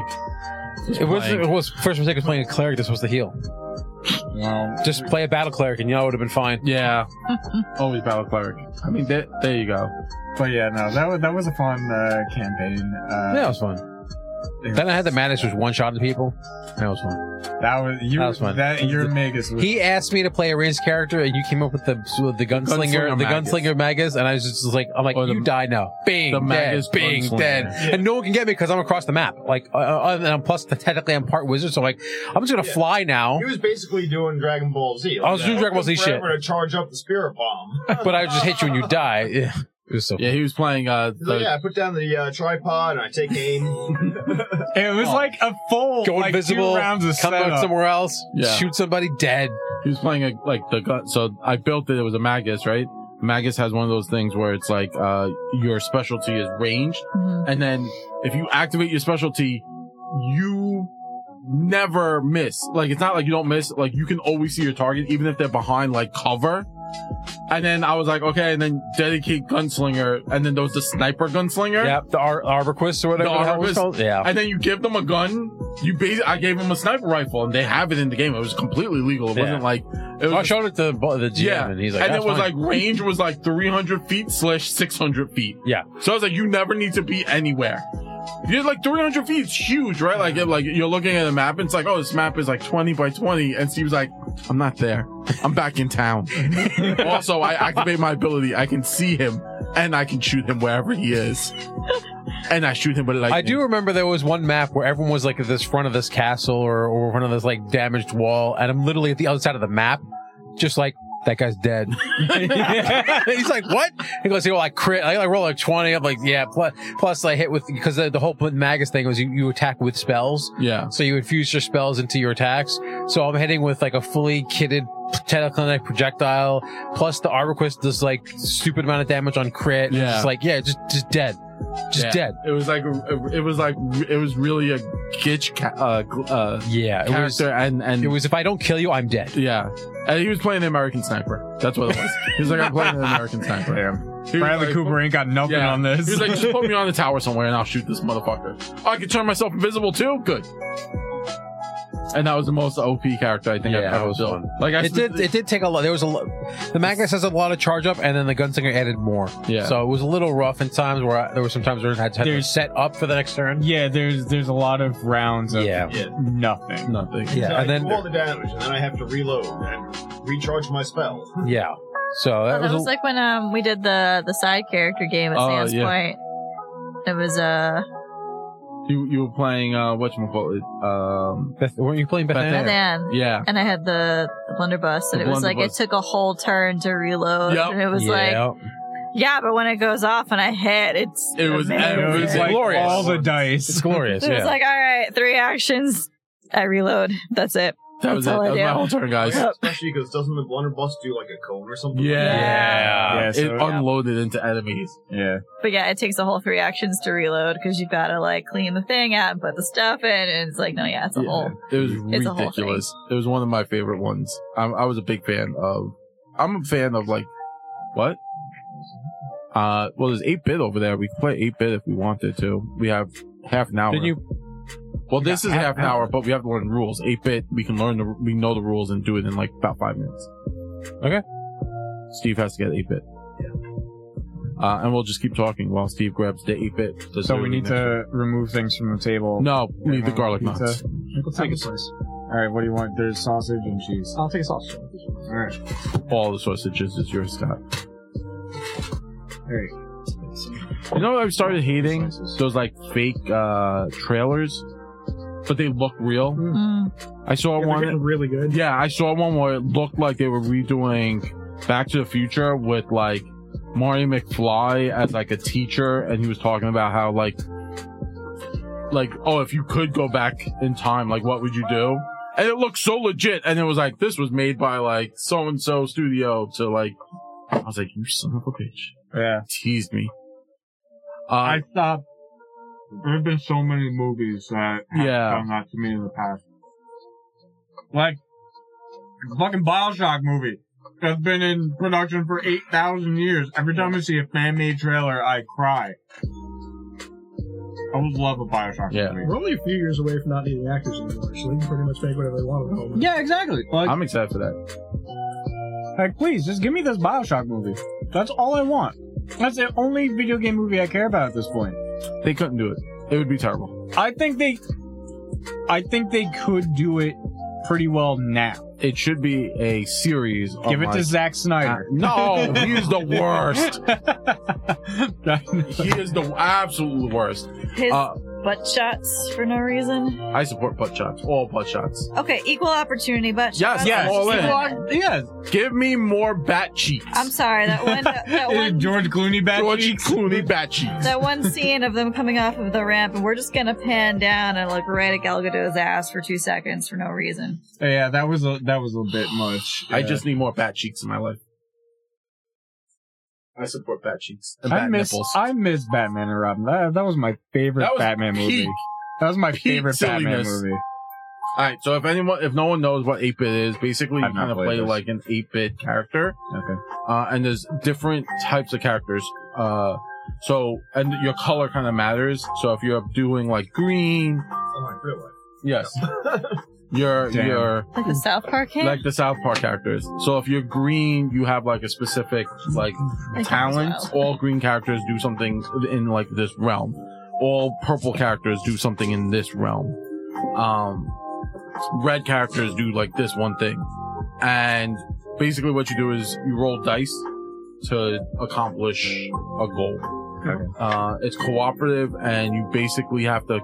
It was,
playing.
it was first mistake was playing a cleric that's supposed to heal.
well,
Just play a battle cleric, and you know it would have been fine. [LAUGHS]
Yeah.
Always battle cleric.
I mean, that, there you go.
but yeah, no, that was that was a fun uh, campaign. Uh,
Yeah, it was fun.
Yeah.
Then I had the man that was one shotting people. That was fun.
that was you.
That was fun.
That your Magus. Was,
He asked me to play a ranged character, and you came up with the with the gunslinger,
Gunslinger
the
Magus.
gunslinger magus, and I was just like, I'm like,
Or the-
you die now, bing,
the
dead,
Magus
bing,
gunslinger.
dead, and no one can get me because I'm across the map. Like, uh, uh, and I'm plus technically I'm part wizard, so like, I'm just gonna
Yeah.
fly now.
He was basically doing Dragon Ball Z.
I was doing Dragon Ball Z
Took
shit.
forever to charge up the spirit
[LAUGHS]
bomb.
but I would just hit you and
[LAUGHS]
you die. Yeah, it was so.
Yeah, he was playing. Uh,
Oh,
He's like,
the,
yeah, I put down the uh, tripod and I take aim.
it was like a full
Oh. Go
like,
invisible,
Two rounds of
come out
setup.
somewhere else,
Yeah.
shoot somebody dead.
he was playing a, like the gun. So I built it. It was a magus, right? Magus has one of those things where it's like uh, your specialty is ranged,
Mhm.
and then if you activate your specialty, you never miss. Like it's not like you don't miss. Like you can always see your target, even if they're behind like cover. And then I was like, okay, and then dedicate gunslinger, and then there was the sniper gunslinger.
Yeah, the Ar- Arborquist or whatever
The
the, hell it was
Arborquist.
called. Yeah,
And then you give them a gun. You bas- I gave them a sniper rifle, and they have it in the game. It was completely legal. It
Yeah.
wasn't like it was
I showed it to the, the GM,
Yeah.
and he's like,
and it
"That's
was
fine."
like range was like 300 feet slash 600 feet.
Yeah.
So I was like, you never need to be anywhere. You're like 300 feet is huge, right? Like, it, like you're looking at a map and it's like, oh, this map is like 20 by 20. And Steve's like, I'm not there. I'm back in
[LAUGHS]
town. also, I activate my ability. I can see him and I can shoot him wherever he is. And I shoot him with lightning.
I do remember there was one map where everyone was like at this front of this castle or, or front of this like damaged wall, and I'm literally at the other side of the map, just like that guy's [LAUGHS] dead. He's like, "What?" He goes, "You know, like crit, I, I roll like 20." I'm like, "Yeah." Plus, plus I hit with because the, the whole magus thing was you, you attack with spells,
Yeah.
so you infuse your spells into your attacks. So I'm hitting with like a fully kitted teleclinic projectile, plus the arborquist does like stupid amount of damage on crit.
Yeah.
It's just like, yeah, just just dead, just
Yeah.
dead.
It was like, it was like, it was really a gitch, ca- uh, gl- uh,
Yeah, it
character
was.
and, and
It was if I don't kill you, I'm dead.
Yeah. And he was playing the American Sniper. That's what it was. He was like, I'm playing the American Sniper.
Yeah.
He was
Bradley
like,
Cooper ain't got nothing
Yeah.
on
He
this.
was like,
[LAUGHS]
just put me on the tower somewhere and I'll shoot this motherfucker. Oh, I can turn myself invisible too? Good. and that was the most OP character I think
Yeah,
I've
that
ever
was
built.
fun.
Like I
It did. It did take a lot. There was a. lo- The Magnus has a lot of charge up, and then the Gunslinger added more.
Yeah.
So it was a little rough in times where I, there were some times where I had to
There's-
set up for the next turn.
Yeah, there's there's a lot of rounds of
Yeah.
Yeah.
nothing.
nothing.
[LAUGHS]
So
Yeah.
I
And
do
then
all the damage, and then I have to reload and recharge my spell.
yeah. So
Oh,
that was, a-
like when um we did the the side character game at
Oh,
Sands
yeah.
Point. It was uh
You you were playing uh whatchamacallit? Um
Beth, weren't you playing Beth?
Beth
Ann?
Ann.
Batman,
yeah.
and I had the the blunderbuss, and
The
it was like it
blunderbuss.
took a whole turn to reload,
Yep.
and it was like
yeah.
yeah, but when it goes off and I hit, it's
It was
amazing.
It was
Everything.
like
Glorious.
all the
it's [LAUGHS]
dice.
glorious.
[LAUGHS] It was
yeah.
like all right, three actions, I reload. That's it.
That was it. That
That's all I
was
do.
my whole turn, guys.
Yep.
Especially because doesn't the blunderbuss do like a cone or something?
Yeah.
Yeah.
Yeah, so-
it unloaded into enemies.
Yeah.
But yeah, it takes a whole three actions to reload because you've got to like clean the thing out and put the stuff in, and it's like no, yeah, it's a
Yeah.
whole.
It was
It's a whole
ridiculous. It was one of my favorite ones. I, I was a big fan of. I'm a fan of like what? Uh, well, there's eight bit over there. We could play eight bit if we wanted to. We have half an hour.
Didn't you?
Well, this is half an hour, but we have to learn rules. Eight bit, we can learn the we know the rules and do it in like about five minutes.
Okay.
Steve has to get eight bit. Uh, and we'll just keep talking while Steve grabs the eight bit.
So we need to remove things from the table.
no leave the garlic
Pizza.
knots.
Let's take a slice.
All right, what do you want? There's sausage and cheese.
I'll take a sausage.
All right.
All the sausages is yours, Scott.
All right.
You know what I've started hating?
Slices.
Those like fake uh trailers. But they look real.
Mm.
I saw
Yeah, they're
one
getting really good.
Yeah, I saw one where it looked like they were redoing Back to the Future with like Marty McFly as like a teacher and he was talking about how like like oh if you could go back in time, like what would you do? And it looked so legit and it was like this was made by like so and so studio to like I was like, You son of a bitch.
Yeah.
Teased me. Uh,
I stopped. There have been so many movies that have
Yeah.
done that to me in the past. Like, the fucking Bioshock movie that's been in production for 8,000 years. Every time I see a fan made trailer, I cry. I would love a Bioshock
Yeah.
movie.
We're only a few years away from not needing actors anymore, so they can pretty much make whatever they want at home.
Yeah, exactly. Like,
I'm excited for that.
like, please, just give me this Bioshock movie. That's all I want. That's the only video game movie I care about at this point.
They couldn't do it. It would be terrible.
I think they, I think they could do it pretty well now.
It should be a series.
Give it to Zack Snyder.
[LAUGHS] no, he is the worst.
[LAUGHS] That-
he is the absolute worst.
His
Uh,
butt shots for no reason.
I support butt shots, all butt shots.
Okay, equal opportunity butt
Yes,
shots.
yes,
Let's
all
just
in.
do
[LAUGHS]
that.
yes.
Give me more bat cheeks.
I'm sorry that
[LAUGHS]
one that
[LAUGHS]
one
George Clooney back.
Georgie Clooney bat cheeks.
that one scene of them coming off of the ramp, and we're just gonna pan down and look right at Gal Gadot's ass for two seconds for no reason.
[LAUGHS] Yeah, that was a that was a bit much.
I
Yeah.
just need more bat cheeks in my life. I support bat cheeks and
I
bat
miss
nipples.
I miss Batman and Robin. That, that was my favorite
That was
Batman
peak-
movie. That was my
peak
favorite Batman
silliness.
movie.
All right, so if anyone, if no one knows what 8-bit is, basically you
I've not
kind of
played
play
this.
like an 8-bit character.
Okay.
Uh, and there's different types of characters. Uh, so, and your color kind of matters. So if you're doing like green,
Unlike real life.
yes, you're,
Damn.
you're,
Like the South Park game,
like the South Park characters. So if you're green, you have like a specific like
I thought as
talent.
well.
All green characters do something in like this realm. All purple characters do something in this realm. Um, red characters do like this one thing. And basically what you do is you roll dice to accomplish a goal. Uh, it's cooperative and you basically have to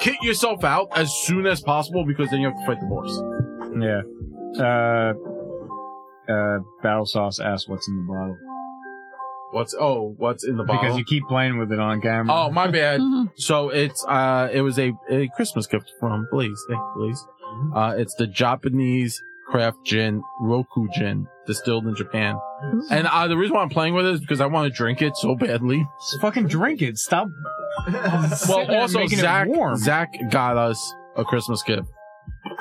kit yourself out as soon as possible because then you have to fight the boss.
Yeah. Uh. Uh. Battle Sauce asks what's in the bottle
What's oh, what's in the bottle?
because you keep playing with it on camera.
oh, my bad.
Mhm.
So it's uh, it was a, a Christmas gift from Blaze. Thank you, Blaze. Uh, it's the Japanese craft gin, Roku gin, distilled in Japan. And uh, the reason why I'm playing with it is because I want to drink it so badly.
Just fucking drink
[LAUGHS]
it. Stop. sitting
Well,
there
also
making it
Zach,
warm.
Zach got us a Christmas gift,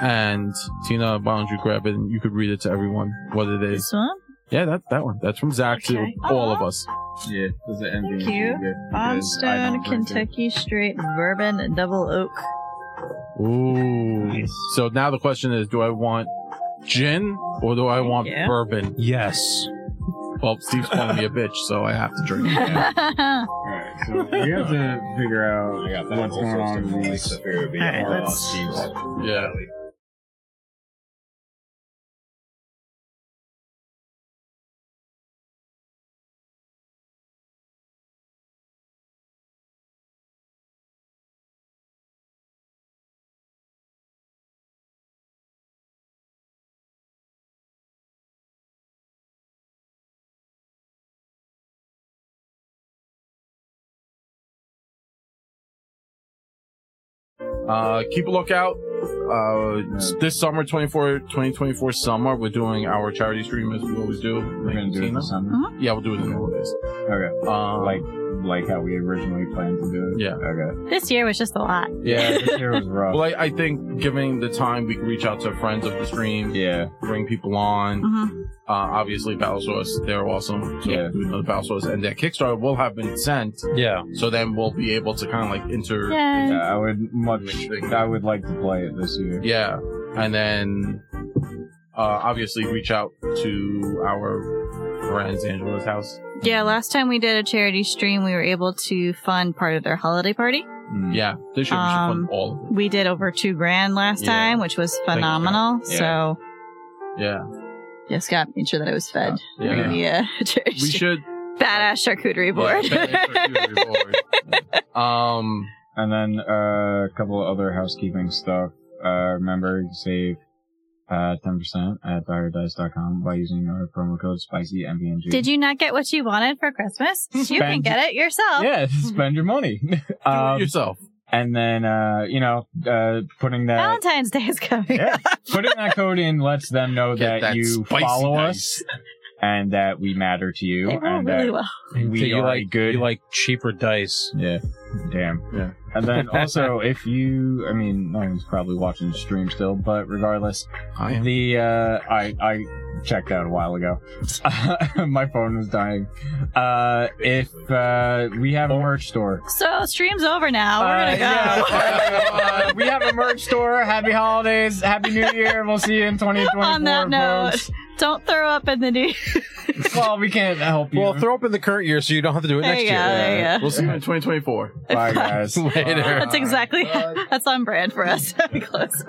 and Tina, why don't you grab it and you could read it to everyone what it is.
This one?
Yeah, that that one. That's from Zach
Okay.
to all of
Aw.
us.
Yeah, does it end
Thank in- you. Bonstone, Kentucky Straight Bourbon Double Oak.
Ooh. So now the question is, do I want gin or do I want
Yeah.
bourbon?
Yes.
Well, Steve's calling me a bitch, so I have to drink.
[LAUGHS] Alright, so we have to figure out
I got that.
what's going on with these.
All right, let's-
Yeah. Uh, keep a lookout. Uh, this summer, 24, 2024 summer, we're doing our charity stream as we always do.
We're gonna do it this summer.
Yeah, we'll do it in the holidays.
Okay.
Um,
Like, like how we originally planned to do it.
Yeah.
[LAUGHS]
Okay.
[LAUGHS] this year was just a lot.
yeah.
This year was rough.
Well, I, I think given the time, we can reach out to friends of the stream,
yeah.
bring people on.
Mhm.
Uh, obviously, Battle Source, they're awesome. So
Yeah.
do another Battle Source, and their Kickstarter will have been sent,
Yeah.
so then we'll be able to kind of like enter.
Yeah,
Yeah.
I would much. I would like to play it this year.
Yeah, and then uh, obviously reach out to our friends Angela's house.
Yeah. Last time we did a charity stream, we were able to fund part of their holiday party.
Mm.
Yeah, this year we should
Um,
fund all of
We did over two grand last
Yeah.
time, which was phenomenal.
Yeah.
So
it. Yeah,
just got made sure that it was fed.
yeah.
during [LAUGHS] The, uh, charity
We
stream.
should
Badass charcuterie board.
Yeah, charcuterie board. um,
And then uh, a couple of other housekeeping stuff. Uh, remember, you can save uh, 10% at buyerdice.com by using our promo code SPICYMPNG.
[LAUGHS] Did you not get what you wanted for Christmas? You can
Spend-
get it yourself.
Yeah, [LAUGHS] spend your money.
[LAUGHS] do it
um,
yourself.
and then, uh, you know, uh, putting that
Valentine's Day is coming.
Yeah. putting that code in lets them know
Get
that,
that
you
spicy
follow
dice. [LAUGHS]
us and that we matter to you
They roll
and
really
that
well.
we
So you
are
like
a good
You like cheaper dice.
Yeah. Damn.
Yeah.
And
[LAUGHS]
then also, if you, I mean, no one's probably watching the stream still, but regardless,
I am.
the uh, I I checked out a while ago. [LAUGHS] My phone was dying. Uh, if uh, we have a merch store.
So stream's over now. Oh, We're
Uh,
gonna go.
yeah, uh, we have a merch store. Happy holidays. Happy New Year. We'll see you in 2024.
[LAUGHS] On that note.
folks.
[LAUGHS] Don't throw up in the new.
Well, we can't help you.
Well, throw up in the current year so you don't have to do it
There
next
you go.
year.
There you go.
We'll see you in 2024.
[LAUGHS]
Bye, guys.
[LAUGHS]
[LAUGHS]
Later.
That's exactly that's on brand for us. [LAUGHS] we close.